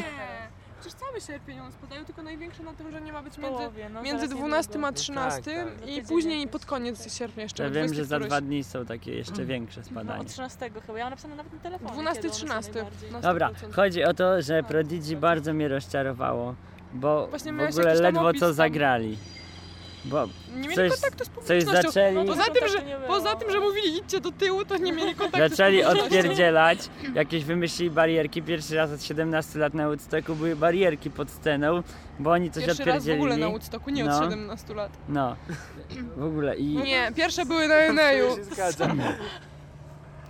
S3: Przecież cały sierpień on spadają, tylko największe na tym, że nie ma być
S5: W
S3: między
S5: połowie, no,
S3: Między
S5: zaraz niedługo.
S3: 12 a
S2: tak,
S3: 13
S2: tak.
S5: Za
S3: i
S5: tydzień
S3: później
S5: jakoś.
S3: pod koniec sierpnia jeszcze.
S1: Ja
S3: bo
S1: wiem,
S3: 20
S1: że za
S3: któryś. Mm.
S1: dwa dni są takie jeszcze większe
S5: No,
S1: spadania.
S5: od 13 chyba. Ja mam napisane nawet na telefonie.
S3: 12,
S5: kiedy one są
S3: 13.
S5: najbardziej.
S3: na
S1: Dobra,
S3: 100%.
S1: chodzi o to, że Prodigy bardzo mnie rozczarowało, bo
S3: Tak, Właśnie
S1: w
S3: miałeś
S1: ogóle
S3: jakiś tam
S1: ledwo
S3: opis
S1: co
S3: tam. Tak,
S1: zagrali. Bo
S3: Nie mieli
S1: coś,
S3: kontaktu z
S1: coś
S3: publicznością.
S1: zaczęli,
S5: No
S3: Poza
S5: Kontaktu
S3: tym,
S5: nie
S3: że,
S5: było.
S3: poza tym, że mówili idźcie do tyłu, to nie mieli kontaktu
S1: zaczęli
S3: z publicznością.
S1: odpierdzielać, jakieś wymyślili barierki. Pierwszy raz od 17 lat na Woodstocku były barierki pod sceną, bo oni coś
S3: Pierwszy raz w
S1: odpierdzielili.
S3: ogóle na Woodstocku, nie od
S1: No.
S3: 17 lat.
S1: No, w ogóle i...
S3: Nie, pierwsze były na E Eneju.
S2: się zgadzam.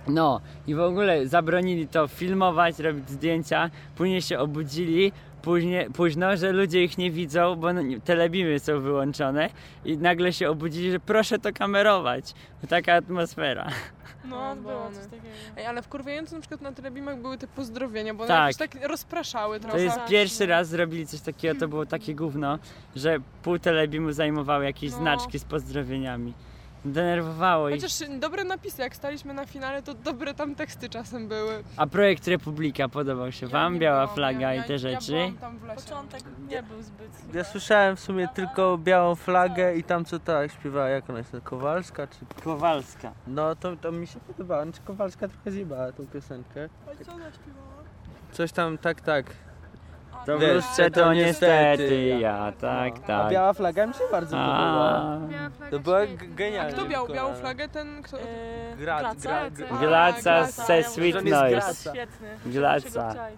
S1: No i w ogóle zabronili to filmować, robić zdjęcia, później się obudzili, później, późno, że ludzie ich nie widzą, bo no nie- telebimy są wyłączone i nagle się obudzili, że proszę to kamerować. Taka atmosfera.
S5: No,
S3: Bany.
S5: było coś takiego.
S3: Ej, ale wkurwiające na przykład na telebimach były te pozdrowienia, bo
S1: Tak.
S3: one jakoś tak rozpraszały
S1: To
S3: trochę.
S1: jest
S5: straszne.
S1: pierwszy raz zrobili coś takiego, to było takie gówno, że pół telebimu zajmowały jakieś
S3: No.
S1: znaczki z pozdrowieniami. denerwowało ich.
S3: Chociaż dobre napisy, jak staliśmy na finale, to dobre tam teksty czasem były.
S1: A projekt Republika podobał się Wam?
S3: nie
S1: Biała
S3: byłam,
S1: flaga
S3: ja-
S1: i
S3: ja-
S1: te rzeczy?
S3: Ja byłam tam w lesie.
S5: Początek nie był zbyt.
S2: Ja słyszałem w sumie tylko białą flagę i tam co ta śpiewała, jak ona jest, Kowalska czy...
S1: Kowalska.
S2: No to, to mi się podobało, znaczy Kowalska trochę zjebała tą piosenkę. Coś tam, tak, tak.
S1: To
S2: Wiesz,
S1: wróżce to niestety ja, tak,
S2: A
S1: tak.
S2: biała flaga mi się bardzo podobała.
S1: A,
S2: To była g- genialna.
S3: Kto biał białą flagę, ten kto...
S5: Yy,
S2: Grad, grad, grad.
S1: Glaca
S5: Glaca,
S1: se
S5: ja mówię,
S1: sweet
S2: że on jest
S1: noise.
S2: grad.
S5: Świetny. Czego
S1: Glaca.
S5: chciałeś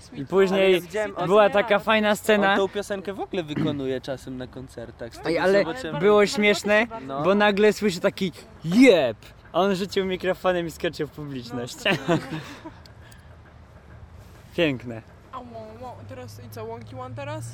S5: właśnie?
S1: I później była taka fajna
S2: On
S1: scena,
S2: tą piosenkę w ogóle wykonuje czasem na koncertach. z tego
S1: Ej,
S2: co
S1: ale
S2: zobaczyłem.
S1: było śmieszne,
S5: bardzo-
S2: No.
S1: bo nagle słyszy taki jeb. A On rzucił mikrofonem i skoczył w
S5: No,
S1: publiczność.
S5: to-
S1: Piękne.
S3: A, wow, wow. Teraz i co, Łąki One teraz?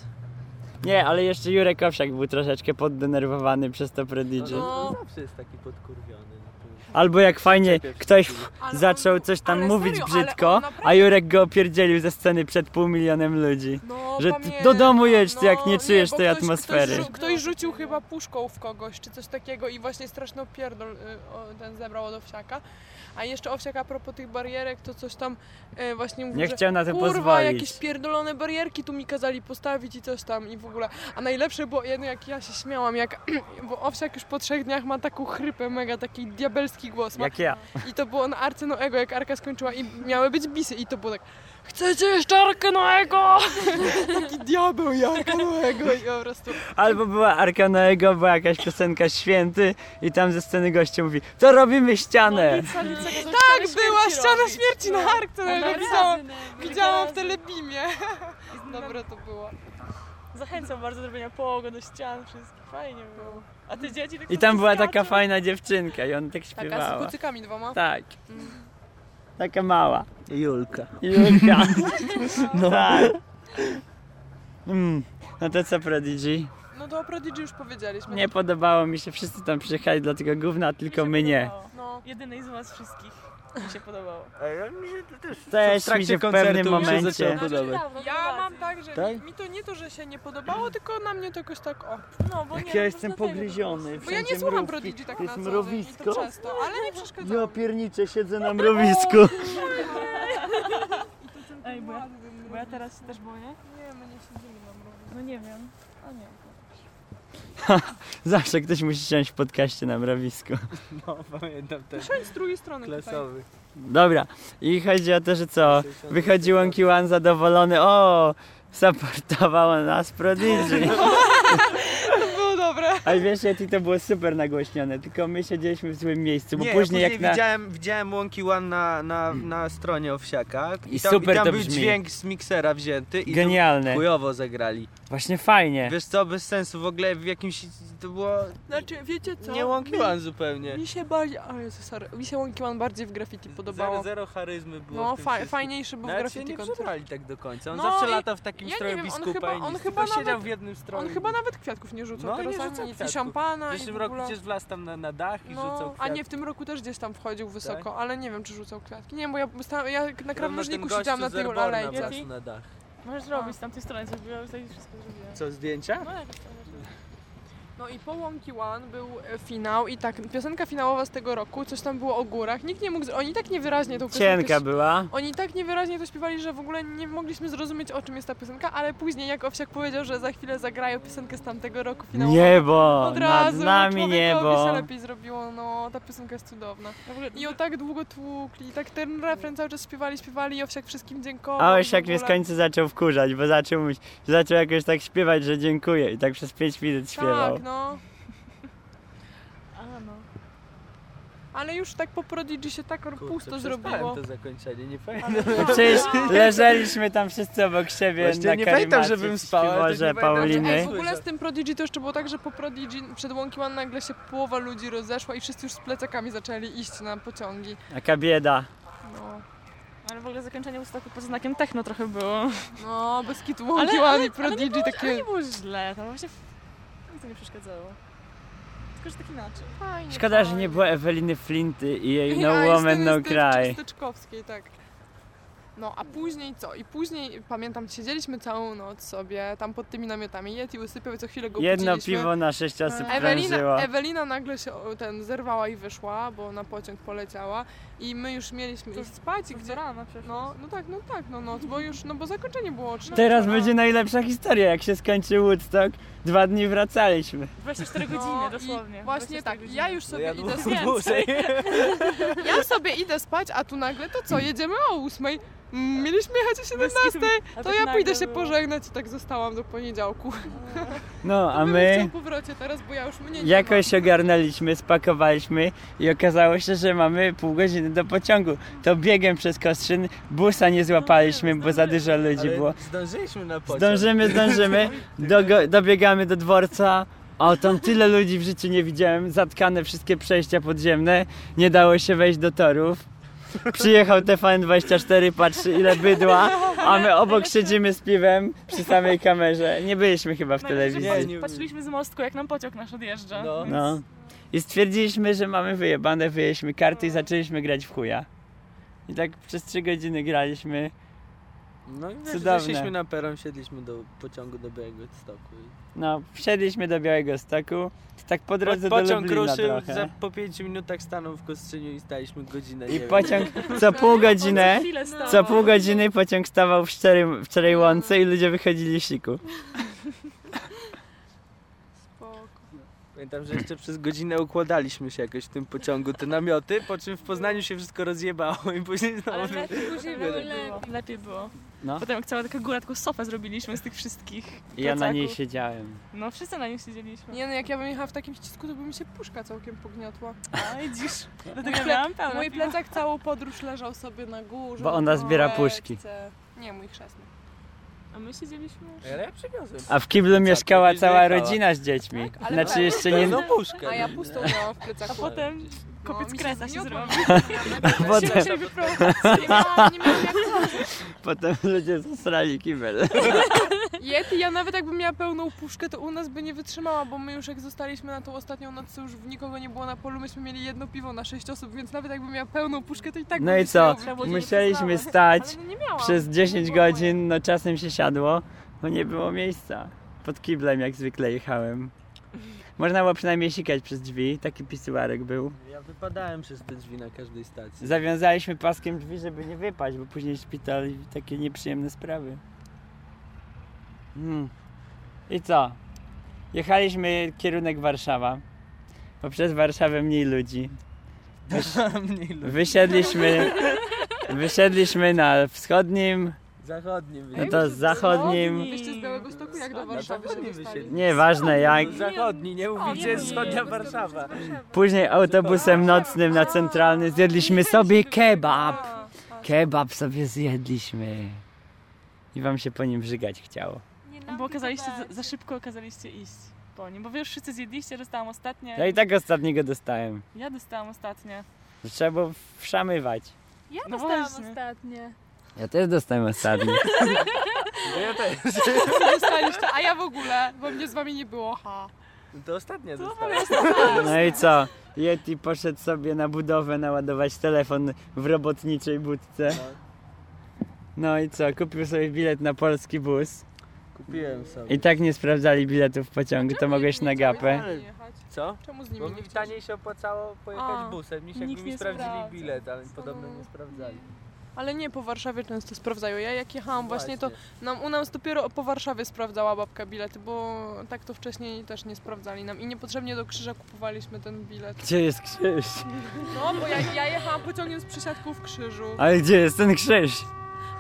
S1: Nie, ale jeszcze Jurek Owsiak był troszeczkę poddenerwowany przez to Prodigy.
S3: No.
S2: Zawsze jest taki podkurwiony. no
S1: Albo jak fajnie
S2: Czepia się
S1: ktoś
S2: w
S1: pff,
S3: Ale on-
S1: zaczął coś tam
S3: ale
S1: mówić
S3: serio, ale
S1: brzydko,
S3: on naprawdę-
S1: a Jurek go opierdzielił ze sceny przed pół milionem ludzi.
S3: No,
S1: Że ty
S3: pamiętam,
S1: do domu jedź, ty, jak nie
S3: bo
S1: czujesz tej
S3: ktoś-
S1: atmosfery.
S3: Ktoś, rzu- ktoś rzucił chyba puszką w kogoś, czy coś takiego i właśnie straszno pierdol y, o, ten zebrał od Owsiaka. A jeszcze Owsiak a propos tych barierek, to coś tam y, właśnie mówił,
S1: Nie
S3: że
S1: chciał na to
S3: Kurwa, jakieś
S1: pozwolić.
S3: pierdolone barierki tu mi kazali postawić i coś tam i w ogóle. A najlepsze było jedno, jak ja się śmiałam, jak, bo Owsiak już po trzech dniach ma taką chrypę mega, taki diabelski głos ma.
S1: Jak ja.
S3: I to było na Arce Noego, jak Arka skończyła i miały być bisy i to było tak Chcecie jeszcze Arkę Noego? taki diabeł i Arka Noego i po prostu
S1: Albo była Arka Noego, była jakaś piosenka Święty i tam ze sceny gościu mówi to robimy ścianę.
S5: Lica, lica, lica,
S3: Tak, była ściana śmierci
S5: No.
S3: na Arce Noego, widziałam, widziałam w telebimie. Dobre to było.
S5: Zachęcam bardzo do robienia pogo do ścian, wszystkich. Fajnie było. A te dzieci tak
S1: I tam była
S5: skaczą.
S1: taka fajna dziewczynka i on tak
S3: Taka z
S1: śpiewała.
S3: kucykami dwoma.
S1: Tak. Taka mała.
S2: Julka.
S1: Julka. No. Tak. Mm. No to co Prodigy?
S3: No to o Prodigy już powiedzieliśmy.
S1: Nie podobało mi się, wszyscy tam przyjechali dla tego gówna,
S5: Mi się
S1: tylko my nie.
S5: podobało.
S3: No.
S5: Jedynej z was wszystkich mi się podobało.
S1: Też
S2: W trakcie
S1: mi się w
S2: koncertu
S1: pewnym
S2: mi się
S1: momencie...
S2: zaczęło podobać.
S3: Ja mam tak, że
S2: Tak?
S3: mi to nie to, że się nie podobało, tylko na mnie to jakoś tak o.
S5: No, bo nie,
S1: Jak
S5: no,
S1: ja jestem
S5: dlatego.
S1: pogryziony,
S3: Bo ja nie
S1: wszędzie
S3: słucham
S1: mrówki,
S3: Prodigy tak
S1: to
S3: na
S1: jest
S3: co dzień i to
S1: mrowisko.
S3: często, ale nie przeszkadza.
S1: Ja pierniczę, siedzę na mrowisku.
S5: Ej, bo ja, bo ja teraz się też boję.
S3: Nie, my nie siedzimy na mrowisku.
S5: No nie wiem. A nie.
S1: Zawsze ktoś musi siąść w podcaście na mrowisku.
S2: No, pamiętam ten
S3: Siądź z drugiej strony tutaj.
S2: klasowy.
S1: Dobra, i chodzi o to, że co? Wychodzi Łąki One zadowolony, o, supportowała nas Prodigy.
S3: To było dobre.
S1: A wiesz, Yeti to było super nagłośnione, tylko my siedzieliśmy w złym miejscu, bo
S2: nie,
S1: później, jak na...
S2: widziałem, widziałem Łąki One na, na, na stronie Owsiaka
S1: I
S2: tam,
S1: super
S2: i tam
S1: to
S2: był
S1: brzmi.
S2: dźwięk z miksera wzięty i Genialne.
S1: Genialne,
S2: chujowo zagrali.
S1: właśnie fajnie.
S2: Wiesz co, bez sensu w ogóle w jakimś... To było
S3: Znaczy, wiecie co?
S2: nie Łąki
S3: Mi-
S2: One zupełnie.
S3: Mi się bardziej... O Jezu, sorry. Mi się Łąkiłan bardziej w graffiti
S2: Zero,
S3: podobało.
S2: zero charyzmy było
S3: No,
S2: w tym
S3: fa-
S2: wszystkim.
S3: fajniejszy był w
S2: Nawet się
S3: graffiti
S2: nie
S3: koncert.
S2: przebrali tak do końca. On
S3: No
S2: zawsze
S3: i-
S2: lata w takim
S3: ja nie
S2: stroju
S3: wiem, on
S2: biskupa
S3: chyba-
S2: i
S3: on
S2: nic.
S3: chyba
S2: Tylko siedział
S3: nawet-
S2: w jednym stroju.
S3: On chyba nawet kwiatków nie rzucał
S2: No, nie
S3: teraz, ani
S2: rzuca
S3: nic. I
S2: kwiatków.
S3: szampana
S2: W
S3: i
S2: zeszłym
S3: w
S2: roku
S3: ogóle...
S2: przecież wlazł tam na, na dach i rzucał
S3: No,
S2: kwiatki. Tak?
S3: a nie, w tym roku też gdzieś tam wchodził wysoko, ale nie wiem, czy rzucał kwiatki. Nie, bo ja, stałam, ja na
S2: No,
S3: krawężniku siedziałam na tej alejce.
S5: wlazł
S2: na dach.
S5: Możesz robić z tamtej strony, zrobiłam tutaj wszystko zrobiłam.
S2: Co, zdjęcia?
S5: No, jakoś tam zrobiłam.
S3: No i po Łąki One był e, finał i tak, piosenka finałowa z tego roku, coś tam było o górach, nikt nie mógł, z- oni tak niewyraźnie tą piosenkę...
S1: Cienka była.
S3: Oni tak niewyraźnie to śpiewali, że w ogóle nie mogliśmy zrozumieć o czym jest ta piosenka, ale później jak Owsiak powiedział, że za chwilę zagrają piosenkę z tamtego roku finałową,
S1: Niebo,
S3: No, od
S1: nad
S3: razu
S1: nami
S3: człowiekowi się
S1: niebo.
S3: lepiej zrobiło, no ta piosenka jest cudowna. I o tak długo tłukli, tak ten refren cały czas śpiewali, śpiewali i Owsiak wszystkim dziękował.
S1: A
S3: i
S1: Osiak
S3: w
S1: mnie
S3: ogóle.
S1: w końcu zaczął wkurzać, bo zaczął mówić, zaczął jakoś tak śpiewać, że dziękuję i tak przez 5 minut śpiewał.
S3: Tak, no.
S5: A, no.
S3: Ale już tak po Prodigy się tak pusto zrobiło.
S2: to zakończenie, nie pamiętam.
S1: No przecież leżeliśmy tam wszyscy obok siebie
S2: Właśnie
S1: na
S2: nie pamiętam,
S1: karimacie
S2: żebym
S1: w
S2: spał, ale też nie
S1: śpiworze
S2: pamiętam, że-
S1: Pauliny.
S3: Znaczy, Ej, w ogóle z tym Prodigy to jeszcze było tak, że po Prodigy przed Łąki One nagle się połowa ludzi rozeszła i wszyscy już z plecakami zaczęli iść na pociągi.
S1: Jaka bieda.
S3: No,
S5: Ale w ogóle zakończenie było takie pod znakiem techno trochę było.
S3: no bez kitu
S5: Ale-
S3: Łąki
S5: ale-
S3: One i
S5: ale nie
S3: Prodigy
S5: było, ale
S3: takie...
S5: No nie było źle, tam właśnie nic nie przeszkadzało. Tylko, że tak inaczej.
S3: Fajnie,
S1: Szkoda, że
S3: fajnie.
S1: nie było Eweliny Flinty i jej No
S3: Ja, i z
S1: Woman
S3: tej-
S1: No
S3: z tej
S1: Cry.
S3: Styczkowskiej, tak. No a później co? I później pamiętam, siedzieliśmy całą noc sobie tam pod tymi namiotami. Yeti usypiał i co chwilę go
S1: Jedno
S3: budziliśmy.
S1: piwo na sześć osób prężyło.
S3: Ewelina, Ewelina nagle się o, ten zerwała i wyszła, bo na pociąg poleciała i my już mieliśmy iść spać i gdzie
S5: rana przecież.
S3: no, no tak, no tak, no noc, bo już, no bo zakończenie było o 13.
S1: Teraz
S3: no.
S1: będzie najlepsza historia, jak się skończy Woodstock. Dwa dni wracaliśmy.
S5: 24
S3: No
S5: godziny,
S3: i
S5: dosłownie.
S3: Właśnie
S5: 24
S3: tak,
S5: godziny.
S3: ja już sobie idę
S5: dłużej.
S3: spać. Ja sobie idę spać, a tu nagle to co, jedziemy o 8. Mm, Mieliśmy jechać o 17,
S5: A
S3: to
S5: tak
S3: ja
S5: nagle
S3: pójdę się
S5: było.
S3: pożegnać i tak zostałam do poniedziałku.
S1: No, a
S3: Bym
S1: my
S3: chciał po powrocie teraz, bo ja już mnie nie
S1: jakoś
S3: ma.
S1: ogarnęliśmy, spakowaliśmy i okazało się, że mamy pół godziny do pociągu. To biegiem przez Kostrzyn, busa nie złapaliśmy, bo za dużo ludzi
S2: Ale
S1: było.
S2: zdążyliśmy na pociąg.
S1: Zdążymy, zdążymy, Dogo- dobiegamy do dworca. O, tam tyle ludzi w życiu nie widziałem, zatkane wszystkie przejścia podziemne, nie dało się wejść do torów. Przyjechał TVN24, patrzy ile bydła, a my obok siedzimy z piwem przy samej kamerze. Nie byliśmy chyba w
S5: Najlepiej, że
S1: telewizji.
S2: Nie, nie.
S5: Patrzyliśmy z mostku, jak nam pociąg nasz odjeżdża.
S2: No.
S1: No. I stwierdziliśmy, że mamy wyjebane, wyjęliśmy karty i zaczęliśmy grać w chuja. I tak przez trzy godziny graliśmy.
S2: No i wiesz,
S1: Cudowne.
S2: zeszliśmy na peron, siedliśmy do pociągu do Białegostoku. i-
S1: No, wsiedliśmy do Białego Stoku. Tak po drodze
S2: Po-
S1: do
S2: pociąg
S1: Lublina
S2: ruszył,
S1: trochę.
S2: za, po pięciu minutach stanął w Kostrzyniu i staliśmy godzinę. nie
S1: I
S2: wiem.
S1: pociąg co pół godziny,
S5: No.
S1: co pół godziny pociąg stawał w szczerej, w szczerej łące i ludzie wychodzili z siku.
S3: Spoko.
S2: Pamiętam, że jeszcze przez godzinę układaliśmy się jakoś w tym pociągu, te namioty, po czym w Poznaniu się wszystko rozjebało i później
S5: Ale
S2: znowu...
S5: lepiej, później było
S2: Lepiej
S5: lepiej. Lepiej było.
S1: No.
S5: Potem jak cała taka góra, taką sofę zrobiliśmy z tych wszystkich
S1: I ja na
S5: plecaków.
S1: niej siedziałem.
S5: No, wszyscy na nim siedzieliśmy.
S3: Nie no, jak ja bym jechała w takim ścisku, to by mi się puszka całkiem pogniotła.
S5: A, widzisz. Dlatego
S3: Ple-
S5: ja miałam tak, pełno
S3: Mój
S5: piwa.
S3: plecak całą podróż leżał sobie na górze.
S1: Bo
S3: na
S1: ona zbiera
S3: torebce.
S1: puszki.
S3: Nie, mój chrzestny.
S5: A my siedzieliśmy...
S2: Ale ja przywiozłem.
S1: A w kiblu mieszkała
S2: kiedyś
S1: cała
S2: dojechała?
S1: rodzina z dziećmi.
S3: Tak, ale
S1: Znaczy
S3: tak.
S1: jeszcze nie...
S2: Pełną puszkę.
S3: A ja pustą miałam w plecaku. No,
S5: A potem kopiec
S3: mi się
S5: kresa się
S3: zgniotła.
S5: zrobił.
S1: A potem,
S5: Musieli wyprowadzić.
S3: Nie miałam, nie miałam jak
S1: potem ludzie zasrali kibel.
S3: Yeti, ja nawet jakbym miała pełną puszkę, to u nas by nie wytrzymała, bo my już jak zostaliśmy na tą ostatnią noc, to już nikogo nie było na polu, myśmy mieli jedno piwo na sześć osób, więc nawet jakbym miała pełną puszkę, to i tak
S1: No
S3: bym
S1: i co?
S3: chciała-
S5: Trzeba było się
S1: Musieliśmy
S5: przyznawać.
S1: stać
S3: Ale nie miałam.
S1: przez 10
S3: było mojej.
S1: godzin, no czasem się siadło, bo nie było miejsca. Pod kiblem jak zwykle jechałem. Można było przynajmniej sikać przez drzwi, taki pisuarek był.
S2: Ja wypadałem przez te drzwi na każdej stacji.
S1: Zawiązaliśmy paskiem drzwi, żeby nie wypaść, bo później szpital i takie nieprzyjemne sprawy. Hmm. I co? Jechaliśmy kierunek Warszawa, bo przez Warszawę mniej ludzi.
S2: Mniej lub-
S1: Wysiedliśmy, wysiedliśmy na wschodnim,
S2: Zachodnim
S1: no
S2: wysiedli.
S1: to zachodnim,
S3: Wyście z Białego Stoku jak do
S2: Zachodni
S3: Warszawy się
S2: wysiedli.
S3: dostali?
S1: nieważne jak.
S2: No Zachodni, nie mówicie, jest wschodnia Warszawa.
S1: Później autobusem nocnym na centralny zjedliśmy sobie kebab. Kebab sobie zjedliśmy. I wam się po nim brzygać chciało.
S5: Bo kazaliście, za, za szybko kazaliście iść po nim. Bo wy już wszyscy zjedliście, dostałam ostatnie.
S1: Ja i tak ostatniego dostałem.
S5: Ja dostałam ostatnie.
S1: Trzeba było wszamywać.
S4: Ja
S5: No
S4: dostałam
S5: właśnie.
S4: ostatnie.
S1: Ja też dostałem ostatni.
S2: No
S3: Dostaliście, a ja w ogóle, bo mnie z wami nie było, ha.
S2: No To ostatnia została.
S1: No i co? Yeti poszedł sobie na budowę naładować telefon w robotniczej budce. No i co? Kupił sobie bilet na polski bus.
S2: Kupiłem sobie.
S1: I tak nie sprawdzali biletów w pociągu, to mogłeś na gapę.
S3: Ale- jechać?
S2: Co?
S3: Czemu z nimi
S2: Bo
S3: nie
S2: mi
S3: chcieliście?
S2: taniej się opłacało
S3: A,
S2: pojechać busem, niż jakby
S5: nikt
S2: mi
S5: nie
S2: sprawdzili
S5: sprawdza.
S2: bilet, ale podobno nie sprawdzali.
S3: Ale nie, po Warszawie często sprawdzają. Ja jak jechałam No właśnie, to nam, u nas dopiero po Warszawie sprawdzała babka bilety, bo tak to wcześniej też nie sprawdzali nam i niepotrzebnie do krzyża kupowaliśmy ten bilet.
S1: Gdzie jest krzyż?
S3: No, bo ja, ja jechałam pociągiem z przysiadku w krzyżu,
S1: Ale gdzie jest ten krzyż?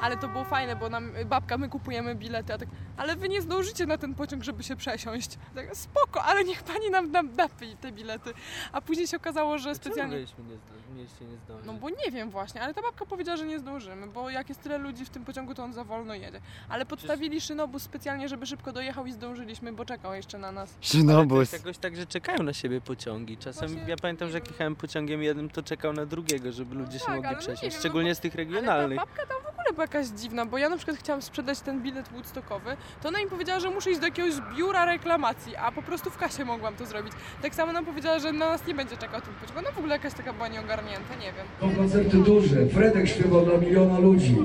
S3: ale to było fajne, bo nam babka, my kupujemy bilety, a tak, ale wy nie zdążycie na ten pociąg, żeby się przesiąść. Tak, spoko, ale niech pani nam, nam da pi- te bilety. A później się okazało, że specjalnie...
S2: Mieliśmy nie zdążyć, mieliście nie zdążyć.
S3: No bo nie wiem właśnie, ale ta babka powiedziała, że nie zdążymy, bo jak jest tyle ludzi w tym pociągu, to on za wolno jedzie. Ale podstawili szynobus specjalnie, żeby szybko dojechał i zdążyliśmy, bo czekał jeszcze na nas.
S1: No,
S2: Ale to
S1: Szynobus.
S2: jest jakoś tak, że czekają na siebie pociągi. Czasem
S3: No Właśnie
S2: ja pamiętam, że jak jechałem pociągiem jednym, to czekał na drugiego, żeby ludzie się
S3: tak, ale
S2: mogli
S3: no nie
S2: przesiąść.
S3: wiem, no
S2: Szczególnie z tych
S3: Ale
S2: regionalnych.
S3: ta babka tam w ogóle była jakaś dziwna, bo ja na przykład chciałam sprzedać ten bilet Woodstockowy, to ona im powiedziała, że muszę iść do jakiegoś biura reklamacji, a po prostu w kasie mogłam to zrobić. Tak samo nam powiedziała, że na nas nie będzie czekał ten pociąg. Ona w ogóle jakaś taka była nieogarnięta, nie wiem.
S8: Są koncerty duże. Fredek śpiewał dla miliona ludzi.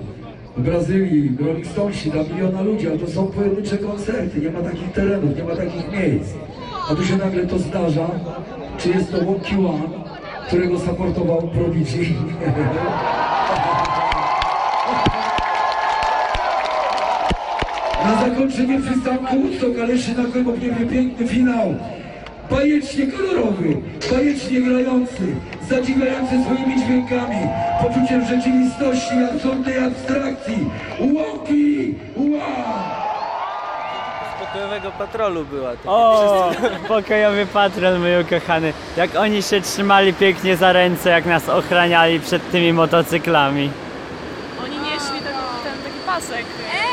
S8: Brazylii, Rolling Stonesi, dla miliona ludzi, a to są pojedyncze koncerty, nie ma takich terenów, nie ma takich miejsc. A tu się nagle to zdarza, czy jest to Wonky One, którego supportował Prodigy. Na zakończenie przystanku Woodstock, ale jeszcze na końcu piękny finał. Bajecznie kolorowy, bajecznie grający, zadziwiający swoimi dźwiękami, poczuciem rzeczywistości, i absolutnej abstrakcji. Łoki! Wow!
S2: Pokojowego patrolu była to.
S1: O, pokojowy patron mój ukochany. Jak oni się trzymali pięknie za ręce, jak nas ochraniali przed tymi motocyklami.
S5: Oni nieśli taki, ten taki pasek.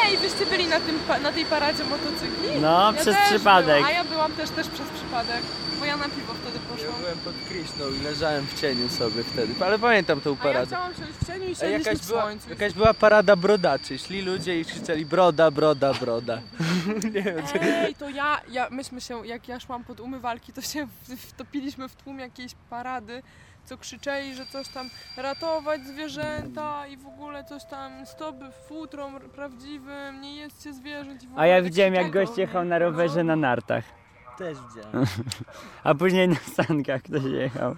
S3: Ej, wyście byli na, tym, pa- na tej paradzie motocykli?
S1: No, przez
S3: też
S1: przypadek.
S3: Byłam, a ja byłam też, też przez przypadek, bo ja na piwo wtedy
S2: Ja
S3: poszłam.
S2: byłem pod Krishną i leżałem w cieniu sobie wtedy, ale pamiętam tą
S3: A ja
S2: paradę.
S3: chciałam siąść w cieniu i
S2: E,
S3: siedzieliśmy w
S2: była,
S3: słońcu.
S2: jakaś była parada brodaczy, szli ludzie i krzyczeli broda, broda, broda.
S3: Ej, to ja, ja, myśmy się, jak ja szłam pod umywalki, to się w- wtopiliśmy w tłum jakiejś parady, co krzyczeli, że coś tam ratować zwierzęta i w ogóle coś tam stop futrom r- prawdziwym, nie jedzcie zwierząt i w ogóle
S1: A ja
S3: tak
S1: widziałem, jak
S3: krzyczeli. No,
S1: gość jechał na rowerze na nartach,
S2: Też widziałem,
S1: a później na sankach ktoś jechał.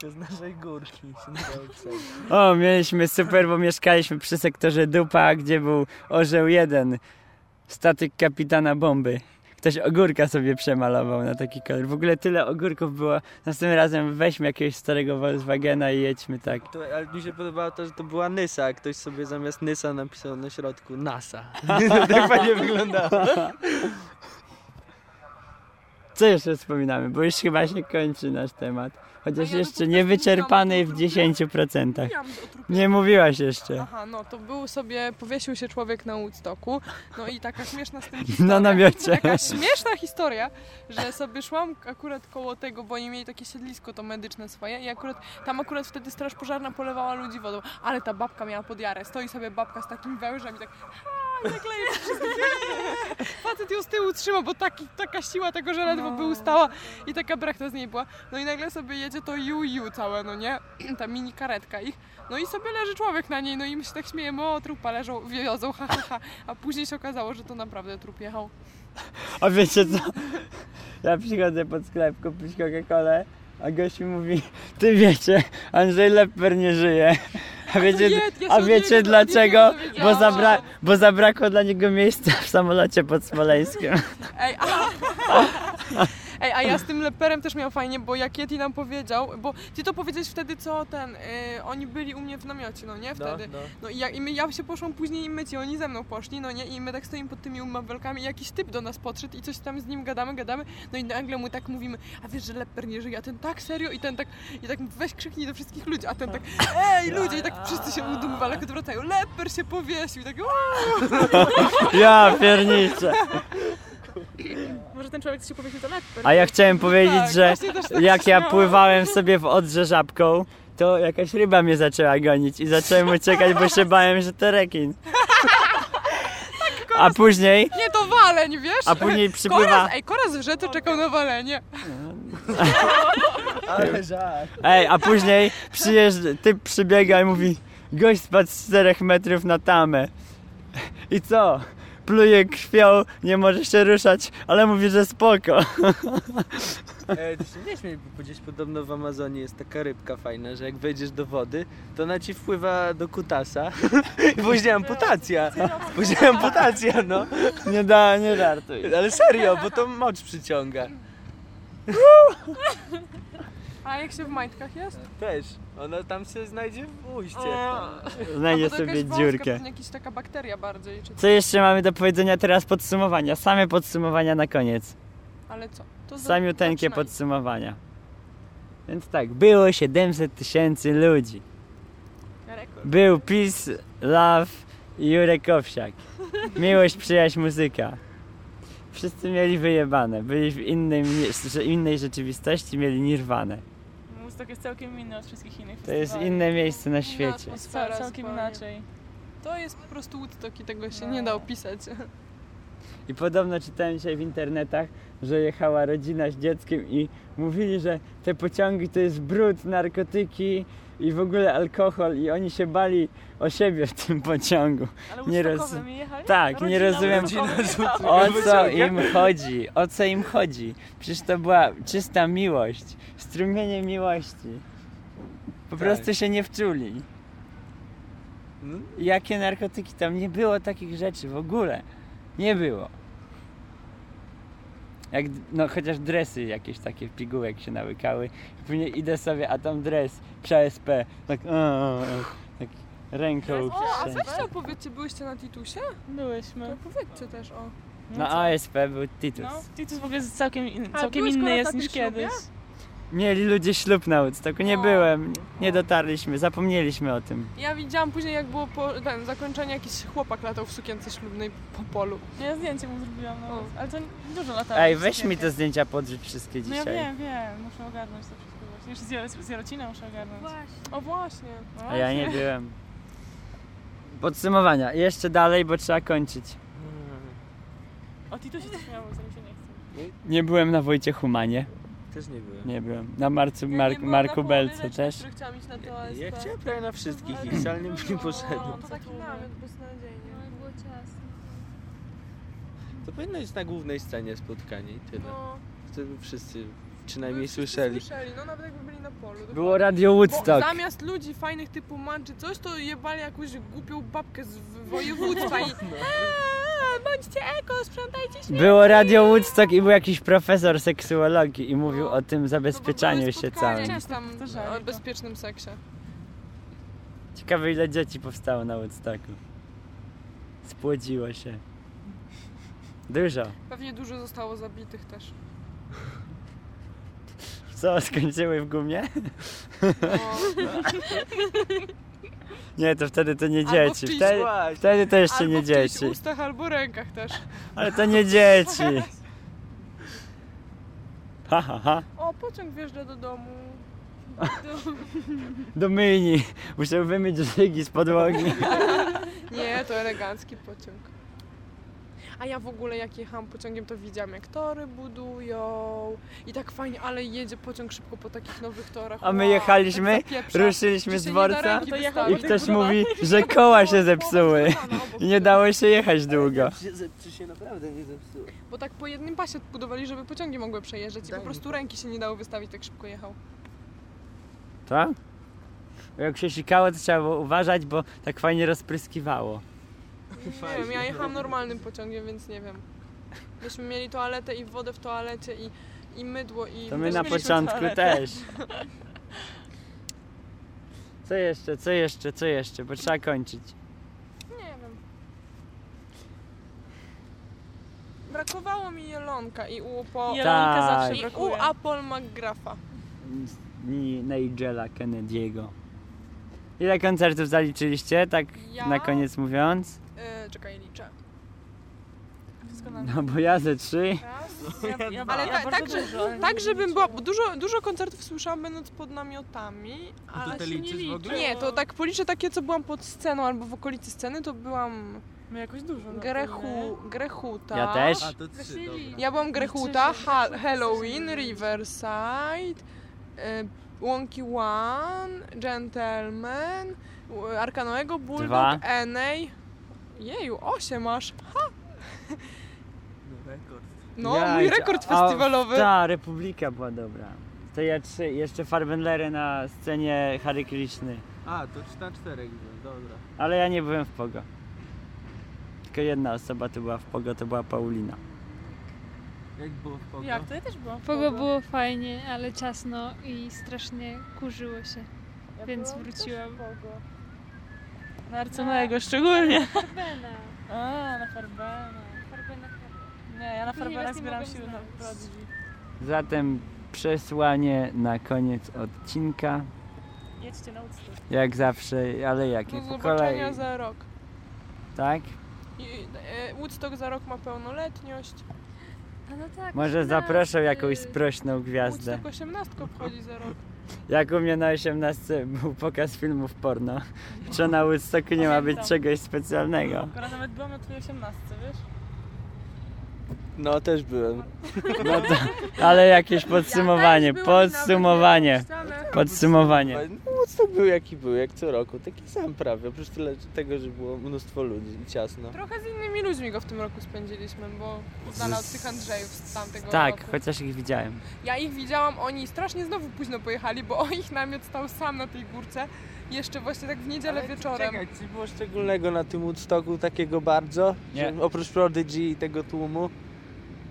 S2: to z naszej górki się dało przejść.
S1: O, mieliśmy super, bo mieszkaliśmy przy sektorze Dupa, gdzie był Orzeł 1, statek kapitana bomby. Ktoś ogórka sobie przemalował na taki kolor. W ogóle tyle ogórków było. Następnym razem weźmy jakiegoś starego Volkswagena i jedźmy tak.
S2: To, ale mi się podobało to, że to była Nysa, a ktoś sobie zamiast Nysa napisał na środku NASA. tak fajnie wyglądało.
S1: Co jeszcze wspominamy? Bo już chyba się kończy nasz temat. Chociaż
S3: A ja
S1: jeszcze
S3: dopóki
S1: nie
S3: nie
S1: wyczerpany w
S3: widziałam, to
S1: 10%.
S3: Mówiłam o trupie.
S1: Nie mówiłaś jeszcze.
S3: Aha, no to był sobie, powiesił się człowiek na Woodstocku, no i taka śmieszna z tym
S1: Na namiocie.
S3: Taka śmieszna historia, że sobie szłam akurat koło tego, bo oni mieli takie siedlisko to medyczne swoje i akurat tam akurat wtedy straż pożarna polewała ludzi wodą, ale ta babka miała podjarę. Stoi sobie babka z takim wężem i tak "Ha", tak leje wszystkich. Facet ją z tyłu trzyma, bo taki, taka siła tego, że ledwo by ustała i taka brachta z niej była. No i nagle sobie jedzie to ju ju całe, no nie? Ta mini karetka ich. No i sobie leży człowiek na niej, no i my się tak śmiejemy, o trupa leżą, wiozą, ha ha ha. A później się okazało, że to naprawdę trup jechał.
S1: A wiecie co? Ja przychodzę pod sklep kupić Coca-Colę, a gość mi mówi, ty wiecie, Andrzej Lepper nie żyje. A wiecie,
S3: nie, ja się
S1: a
S3: od
S1: wiecie
S3: niego
S1: dlaczego?
S3: dowiedziałam,
S1: Bo,
S3: dowiedziałam.
S1: zabra- bo zabrakło dla niego miejsca w samolocie pod Smoleńskiem.
S3: Ej, a... Ej, a ja z tym leperem też miałam fajnie, bo jak Yeti nam powiedział, bo ty to powiedziałeś wtedy, co ten, y, oni byli u mnie w namiocie, no nie,
S2: No,
S3: wtedy.
S2: no.
S3: No i ja, i my, ja się poszłam później i myć, i oni ze mną poszli, no nie, i my tak stoimy pod tymi umawelkami i jakiś typ do nas podszedł i coś tam z nim gadamy, gadamy, no i nagle mu tak mówimy, a wiesz, że leper nie żyje, a ten tak serio i ten tak, i tak weź krzyknij do wszystkich ludzi, a ten tak, ej ludzie, i tak wszyscy się udumywali, jak odwracają, leper się powiesił, i tak, o!
S1: Ja pierniczę.
S5: Może ten człowiek co się powiesił to lepiej.
S1: A ja chciałem powiedzieć,
S3: tak,
S1: że
S3: właśnie też tak
S1: jak ja
S3: śmiałam.
S1: pływałem sobie w Odrze żabką, to jakaś ryba mnie zaczęła gonić i zacząłem uciekać, bo się bałem, że to rekin.
S3: Tak,
S1: A później,
S3: Nie, to waleń, wiesz?
S1: a później przypływa...
S3: Koraz, ej, koraz w rzece czekał na walenie.
S2: Ale żart.
S1: Ej, a później przyjeżdż, typ przybiega i mówi Gość spadł z 4 metrów na tamę I co? Pluje krwią, nie może się ruszać, ale mówi, że spoko
S2: E, ty się nie śmiej, bo gdzieś podobno w Amazonii jest taka rybka fajna, że jak wejdziesz do wody, to ona ci wpływa do kutasa i później amputacja. Później amputacja, no.
S1: Nie da, nie żartuj
S2: Ale serio, bo to mocz przyciąga.
S3: A jak się w majtkach jest?
S2: Też. Ona tam się znajdzie w ujście.
S1: Znajdzie
S3: Bo to jakaś
S1: sobie
S3: wąska,
S1: dziurkę
S3: pewnie jakaś taka bakteria bardziej, czy...
S1: Co jeszcze mamy do powiedzenia teraz podsumowania? Same podsumowania na koniec
S3: Ale co? To za-
S1: Samiuteńkie
S3: zaczynaj.
S1: podsumowania Więc tak, było 700 tysięcy ludzi Był PiS, Love i Jurek Owsiak. Miłość, przyjaźń, muzyka. Wszyscy mieli wyjebane, byli w innym, że- innej rzeczywistości, mieli nirwane.
S5: Mustok jest całkiem inny od wszystkich innych
S1: To jest
S5: festiwali.
S1: inne miejsce na świecie.
S5: Jest ca- całkiem
S3: Zupełnie.
S5: inaczej.
S3: No. To jest po prostu Woodstock i tego się nie da opisać.
S1: I podobno czytałem dzisiaj w internetach, że jechała rodzina z dzieckiem i mówili, że te pociągi to jest brud, narkotyki i w ogóle alkohol i oni się bali o siebie w tym pociągu.
S5: Ale
S1: Nie roz-
S5: Ustakowem jechali?
S1: Tak, nie
S5: Rodzina
S1: rozumiem,
S5: Ustakowem
S1: O co im chodzi? O co im chodzi? Przecież to była czysta miłość, strumienie miłości. Po
S2: Tak.
S1: prostu się nie wczuli.
S2: No.
S1: Jakie narkotyki? Tam nie było takich rzeczy w ogóle. Nie było. Jak, no chociaż dresy jakieś takie pigułek się nałykały. I Później idę sobie, a tam dres, PSP, tak, o, o, o, tak ręką.
S3: O, a
S1: prze-
S3: weźcie opowiedzcie, byłyście na Titusie?
S5: Byłyśmy.
S3: To powiedzcie też o.
S1: No
S5: co?
S1: ASP był Titus.
S5: No, Titus w ogóle jest całkiem, in,
S3: A
S5: całkiem
S3: byłeś
S5: inny
S3: koło
S5: jest niż
S3: taty w ślubie?
S5: kiedyś.
S1: Mieli ludzie ślub na Woodstocku, nie
S3: O.
S1: byłem, nie dotarliśmy, zapomnieliśmy o tym.
S3: Ja widziałam później, jak było po ten, zakończenie, jakiś chłopak latał w sukience ślubnej po polu.
S5: Ja zdjęcie mu zrobiłam nawet, ale to nie- dużo latałem.
S1: Ej,
S5: w
S1: weź mi te
S5: sukience.
S1: zdjęcia podrzuć wszystkie
S5: No ja
S1: dzisiaj.
S5: wiem, wiem, muszę ogarnąć to wszystko właśnie. Jeszcze z, Jero- z Jarocina muszę ogarnąć.
S4: Właśnie.
S3: O właśnie.
S5: No,
S1: A ja nie byłem. Podsumowania, jeszcze dalej, bo trzeba kończyć.
S5: O Titusie coś miało, zanim się nie chce.
S1: Nie byłem na Wojciech Humanie,
S2: Też nie byłem.
S1: nie byłem. Na Marcu,
S3: Ja nie
S1: Mark,
S3: byłam na
S1: Marku
S3: połowie
S1: Belce
S3: rzeczy,
S1: też.
S3: które chciałam iść na to
S2: Ja,
S3: ASP.
S2: ja chciałem prawie na wszystkich iść, ale nie, nie poszedłem.
S3: To taki namiot beznadziejnie.
S4: no było ciasno.
S2: To powinno być na głównej scenie spotkanie i tyle.
S3: No,
S2: Wtedy wszyscy przynajmniej
S3: no, wszyscy
S2: słyszeli.
S3: słyszeli. No nawet jakby byli na polu.
S1: Było Radio
S3: Bo
S1: Woodstock.
S3: zamiast ludzi fajnych typu man czy coś, to jebali jakąś głupią babkę z województwa i No, "Aaa, bądźcie eko, sprzątajcie się.
S1: Było Radio Woodstock i był jakiś profesor seksuologii i mówił
S3: No,
S1: o tym zabezpieczaniu się całym.
S3: Często tam
S5: powtarzali
S3: o
S5: to.
S3: bezpiecznym seksie.
S1: Ciekawe ile dzieci powstało na Woodstocku. Spłodziło się. Dużo.
S3: Pewnie dużo zostało zabitych też.
S1: Co, skończyły w gumie?
S3: No,
S1: Nie, to wtedy to nie
S3: Albo
S1: dzieci.
S3: w czyjś
S1: Wtedy,
S2: Właśnie.
S1: wtedy to jeszcze
S3: albo
S1: nie
S3: w czyichś
S1: dzieci.
S3: ustach, albo rękach też.
S1: Ale to nie dzieci. Ha, ha, ha.
S3: O, pociąg wjeżdża do domu.
S1: Do myjni. Musiał wymyć żygi z podłogi.
S3: Nie, to elegancki pociąg. A ja w ogóle jak jechałam pociągiem, to widziałam jak tory budują i tak fajnie, ale jedzie pociąg szybko po takich nowych torach.
S1: A my
S3: Wow,
S1: jechaliśmy,
S3: tak zapieprza.
S1: Ruszyliśmy z
S3: Czy się nie da
S1: dworca
S3: ręki
S5: To
S3: wystawić?
S5: jechało
S1: i ktoś mówi, że koła się zepsuły.
S3: no,
S1: I nie dało się jechać długo.
S2: Czy się naprawdę nie zepsuło?
S3: Bo tak po jednym pasie budowali, żeby pociągi mogły przejeżdżać i po prostu ręki się nie dało wystawić, tak szybko jechał.
S1: Tak? Jak się sikało, to trzeba było uważać, bo tak fajnie rozpryskiwało.
S3: Nie wiem, ja jechałam normalnym pociągiem, więc nie wiem. Myśmy mieli toaletę i wodę w toalecie i, i mydło i...
S1: To my na
S5: mieliśmy
S1: początku
S5: toaletę.
S1: też. Co jeszcze, co jeszcze, co jeszcze, bo trzeba kończyć.
S3: Nie wiem. Brakowało mi Jelonka i u po...
S5: Jelonka
S1: Tak.
S5: zawsze
S3: I u
S5: brakuje.
S3: Apple McGraffa.
S1: Dni Nigela Kennedy'ego. Ile koncertów zaliczyliście, tak
S3: Ja?
S1: na koniec mówiąc?
S3: Yy, czekaj, liczę.
S5: Wszystko na
S1: No bo ja ze trzy.
S5: Ja, ja,
S3: Ale
S5: ja
S3: tak-
S5: bardzo
S3: tak, że-
S5: dużo, ale
S3: Tak,
S5: nie
S3: żebym
S5: liczę.
S3: była... bo Dużo, dużo koncertów słyszałam będąc pod namiotami,
S2: to
S3: ale
S2: te
S3: się nie
S2: liczysz w
S3: liczy.
S2: ogóle?
S3: Nie, to tak policzę takie, co byłam pod sceną albo w okolicy sceny, to byłam
S5: My jakoś dużo. na pewno,
S3: Grechu, Grechuta.
S1: Ja też.
S2: A to trzy, dobra.
S3: Ja byłam Grechuta,
S5: się-
S3: ha Halloween, Riverside, y, Łąki One, Gentleman, y, Arkanoego,
S1: Dwa.
S3: Bulldog, Enej. Jeju, osiem aż.
S2: No, rekord.
S3: No,
S1: Ja-
S3: mój rekord
S1: a-
S3: festiwalowy.
S1: Ta, Republika była dobra. To ja trzy, jeszcze Farbenlery na scenie Hare Krishna.
S2: A, to cz- na czterech byłem, dobra.
S1: Ale ja nie byłem w Pogo. Tylko jedna osoba tu była w Pogo, to była Paulina.
S2: Jak było w
S5: nie?
S2: pokoju?
S5: Jak to ja też byłam? w
S4: Pogo
S5: Pogo.
S4: było fajnie, ale ciasno i strasznie kurzyło się.
S5: Ja
S4: więc
S5: byłam
S4: wróciłam.
S5: też w Pogo. Na Arconego szczególnie. A, na Farbena. Nie, ja na
S4: Później
S5: Farbena
S4: was nie
S5: zbieram
S4: mogłam
S5: siły na
S4: znaleźć.
S5: prodigy.
S1: Zatem przesłanie na koniec odcinka.
S5: Jedźcie na Woodstock.
S1: Jak zawsze, ale jakie
S3: Do
S1: po
S3: zobaczenia
S1: kolei.
S3: za rok.
S1: Tak?
S3: I, y, Woodstock za rok ma pełnoletność.
S4: A no tak, y,
S1: Może zaproszę jakąś sprośną gwiazdę.
S3: Woodstock 18 obchodzi za rok.
S1: Jak u mnie na 18 był pokaz filmów porno. Czy na Woodstocku nie ma być
S5: Pamiętam.
S1: czegoś specjalnego?
S5: Akurat nawet byłam na twojej 18, wiesz?
S2: No, też byłem.
S1: No to, ale jakieś podsumowanie, podsumowanie, podsumowanie.
S2: No, Woodstock był jaki był, jak co roku. Taki sam prawie, oprócz tyle tego, że było mnóstwo ludzi i ciasno.
S3: Trochę z innymi ludźmi go w tym roku spędziliśmy, bo znalazł od tych Andrzejów z tamtego roku.
S1: Tak, chociaż ich widziałem.
S3: Ja ich widziałam, oni strasznie znowu późno pojechali, bo ich namiot stał sam na tej górce. Jeszcze właśnie tak w niedzielę wieczorem.
S2: Czekaj, czy było szczególnego na tym Woodstocku takiego bardzo?
S1: Nie.
S2: Że Oprócz Prodigy i tego tłumu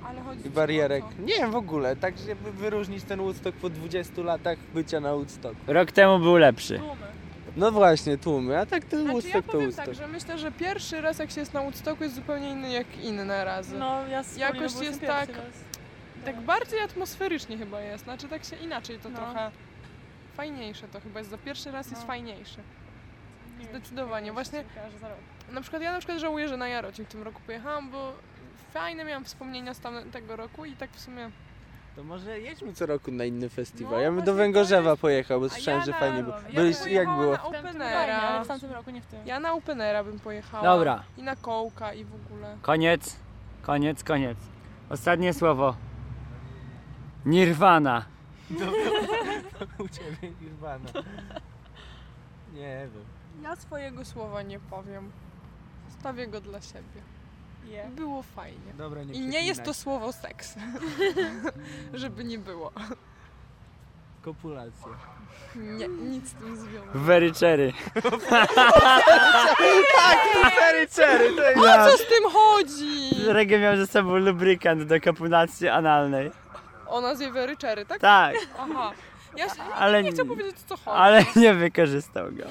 S3: Ale chodzi
S2: i
S3: ci o Znaczy,
S2: barierek.
S3: co?
S2: Nie wiem w ogóle, tak żeby wyróżnić ten Woodstock po 20 latach bycia na Woodstocku.
S1: Rok temu był lepszy.
S3: Tłumy.
S2: No właśnie, tłumy, a tak ten
S3: Znaczy ja
S2: Woodstock to
S3: powiem
S2: Woodstock.
S3: tak, że myślę, że pierwszy raz jak się jest na Woodstocku jest zupełnie inny jak inne razy.
S5: No, ja z Pauliną
S3: Jakoś
S5: byłam
S3: jest
S5: pierwszy
S3: tak-
S5: raz.
S3: Tak bardziej atmosferycznie chyba jest, znaczy tak się inaczej to
S5: No.
S3: trochę fajniejsze to chyba jest. Za pierwszy raz jest
S5: No.
S3: fajniejsze.
S5: Nie wiem,
S3: Zdecydowanie.
S5: czy
S3: Właśnie
S5: się okaże za rok.
S3: na przykład ja na przykład żałuję, że na Jarocin w tym roku pojechałam, bo fajne miałam wspomnienia z tamtego roku i tak w sumie
S2: To może jedźmy co roku na inny festiwal.
S3: No,
S2: ja bym
S3: właśnie
S2: do
S3: to
S2: Węgorzewa
S3: jest-
S2: pojechał, bo słyszałem,
S3: ja
S2: że
S3: na-
S2: fajnie było.
S5: ja
S2: Byłeś, jak
S3: pojechałam
S2: było?
S3: na
S5: W tamtym
S3: Openera.
S5: fajnie, ale w tamtym roku nie w tym.
S3: Ja na Openera bym pojechała.
S1: Dobra.
S3: I na kołka i w ogóle.
S1: Koniec, koniec, koniec. Ostatnie słowo. Nirvana.
S2: U ciebie Irwana. Nie wiem.
S3: Ja swojego słowa nie powiem. Zostawię go dla siebie.
S5: Yeah.
S3: Było fajnie.
S2: Dobra, nie
S3: I nie jest to
S2: przeklinaj.
S3: słowo seks. Żeby nie było.
S2: Kopulacja.
S3: Nie, nic z tym związane.
S1: Very cherry.
S2: Cery, cery, to jest...
S1: Ja,
S3: Co z tym chodzi?
S1: Reggae miał ze sobą lubrykant do kapulacji analnej.
S3: Ona zje weryczery, tak?
S1: Tak,
S3: Aha. Ja się,
S1: ale,
S3: nie chcę powiedzieć co chodzi.
S1: ale nie wykorzystał go.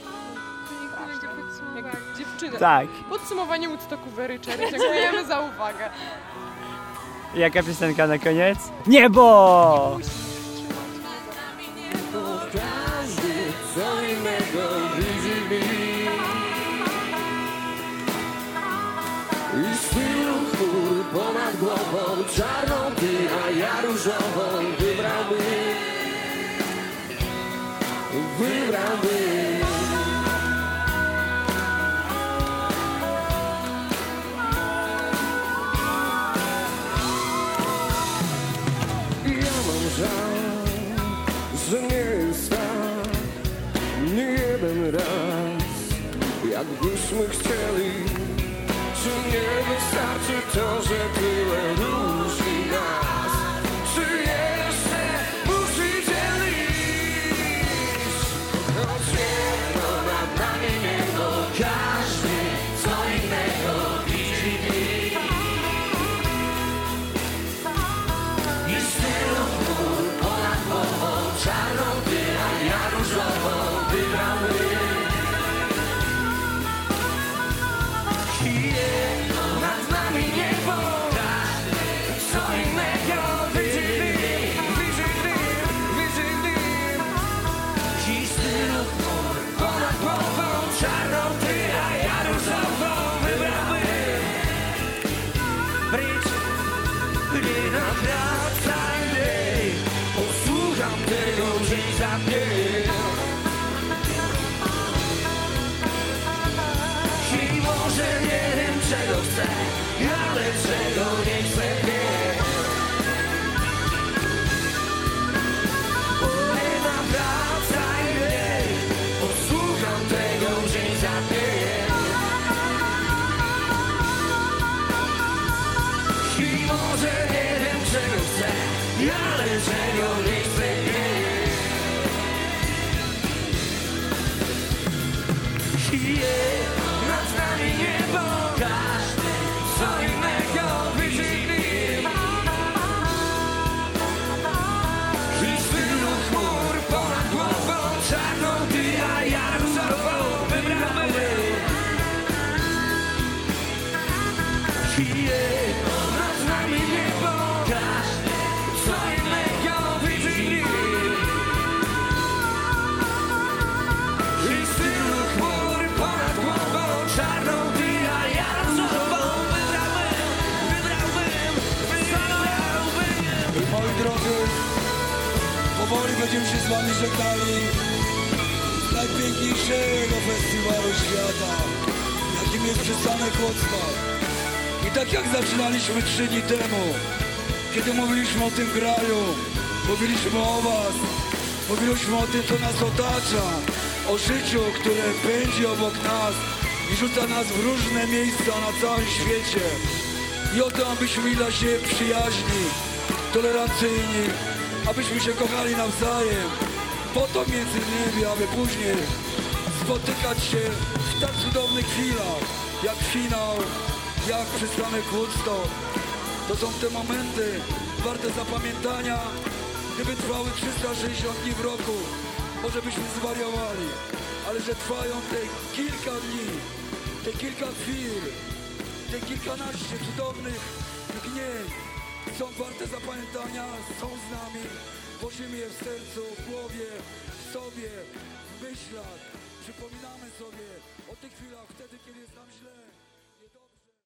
S3: Jak dziewczyny.
S1: Tak.
S3: Podsumowanie Woodstocku weryczery. Dziękujemy za uwagę.
S1: Jaka piosenka na koniec? Niebo!
S7: I świru chór ponad głową Czarną ty, a ja różową Wybrałby Wybrałby Ja mam żal, że nie jest tak Nie jeden raz Jakbyśmy chcieli czy nie wystarczy to, że tyle różni nas? Czy jeszcze musi dzielić? Choć jedno nad nami niebo, każdy co innego widzi dziś. I styl chmur ponad głową, czarną ty, a ja różową wybrałem. Nad nami niebo Co innego Wyżyli, wyżyli, wyżyli I stylu Ponad głową Czarną ty, a ja różową Wybrały Bridge Ryna wracaj jej Posłucham tego dziś za mnie I może nie wiem czego chcę Ale czego nie chcę wiem Olena wracaj jej Posłucham tego dzień za dniem I może nie wiem czego chcę Ale czego nie chcę wiem Yeah. Nad nami niebo Każdy co innego widzi I stylu chmur ponad głową Czarną ty, a ja różową wybramy Chwilę nad nami niebo Każdy co innego widzi I stylu chmur ponad głową czarną ty, a ja rozmową wybrałem, wybrałem, wybrałem.
S9: Moi drodzy, powoli będziemy się z wami żegnali z najpiękniejszego festiwalu świata, jakim jest przystanek Wrocław. I tak jak zaczynaliśmy trzy dni temu, kiedy mówiliśmy o tym kraju, mówiliśmy o was, mówiliśmy o tym, co nas otacza, o życiu, które pędzi obok nas i rzuca nas w różne miejsca na całym świecie. I o to, abyśmy byli dla siebie przyjaźni, tolerancyjni, abyśmy się kochali nawzajem. Po to między innymi, aby później spotykać się w tak cudownych chwilach, jak finał, jak przystanek Woodstock. To są te momenty warte zapamiętania, gdyby trwały 360 dni w roku, może byśmy zwariowali, ale że trwają te kilka dni, te kilka chwil, te kilkanaście cudownych dni są warte zapamiętania, są z nami, wozimy je w sercu, w głowie, w sobie, w myślach. Przypominamy sobie o tych chwilach wtedy, kiedy jest nam źle.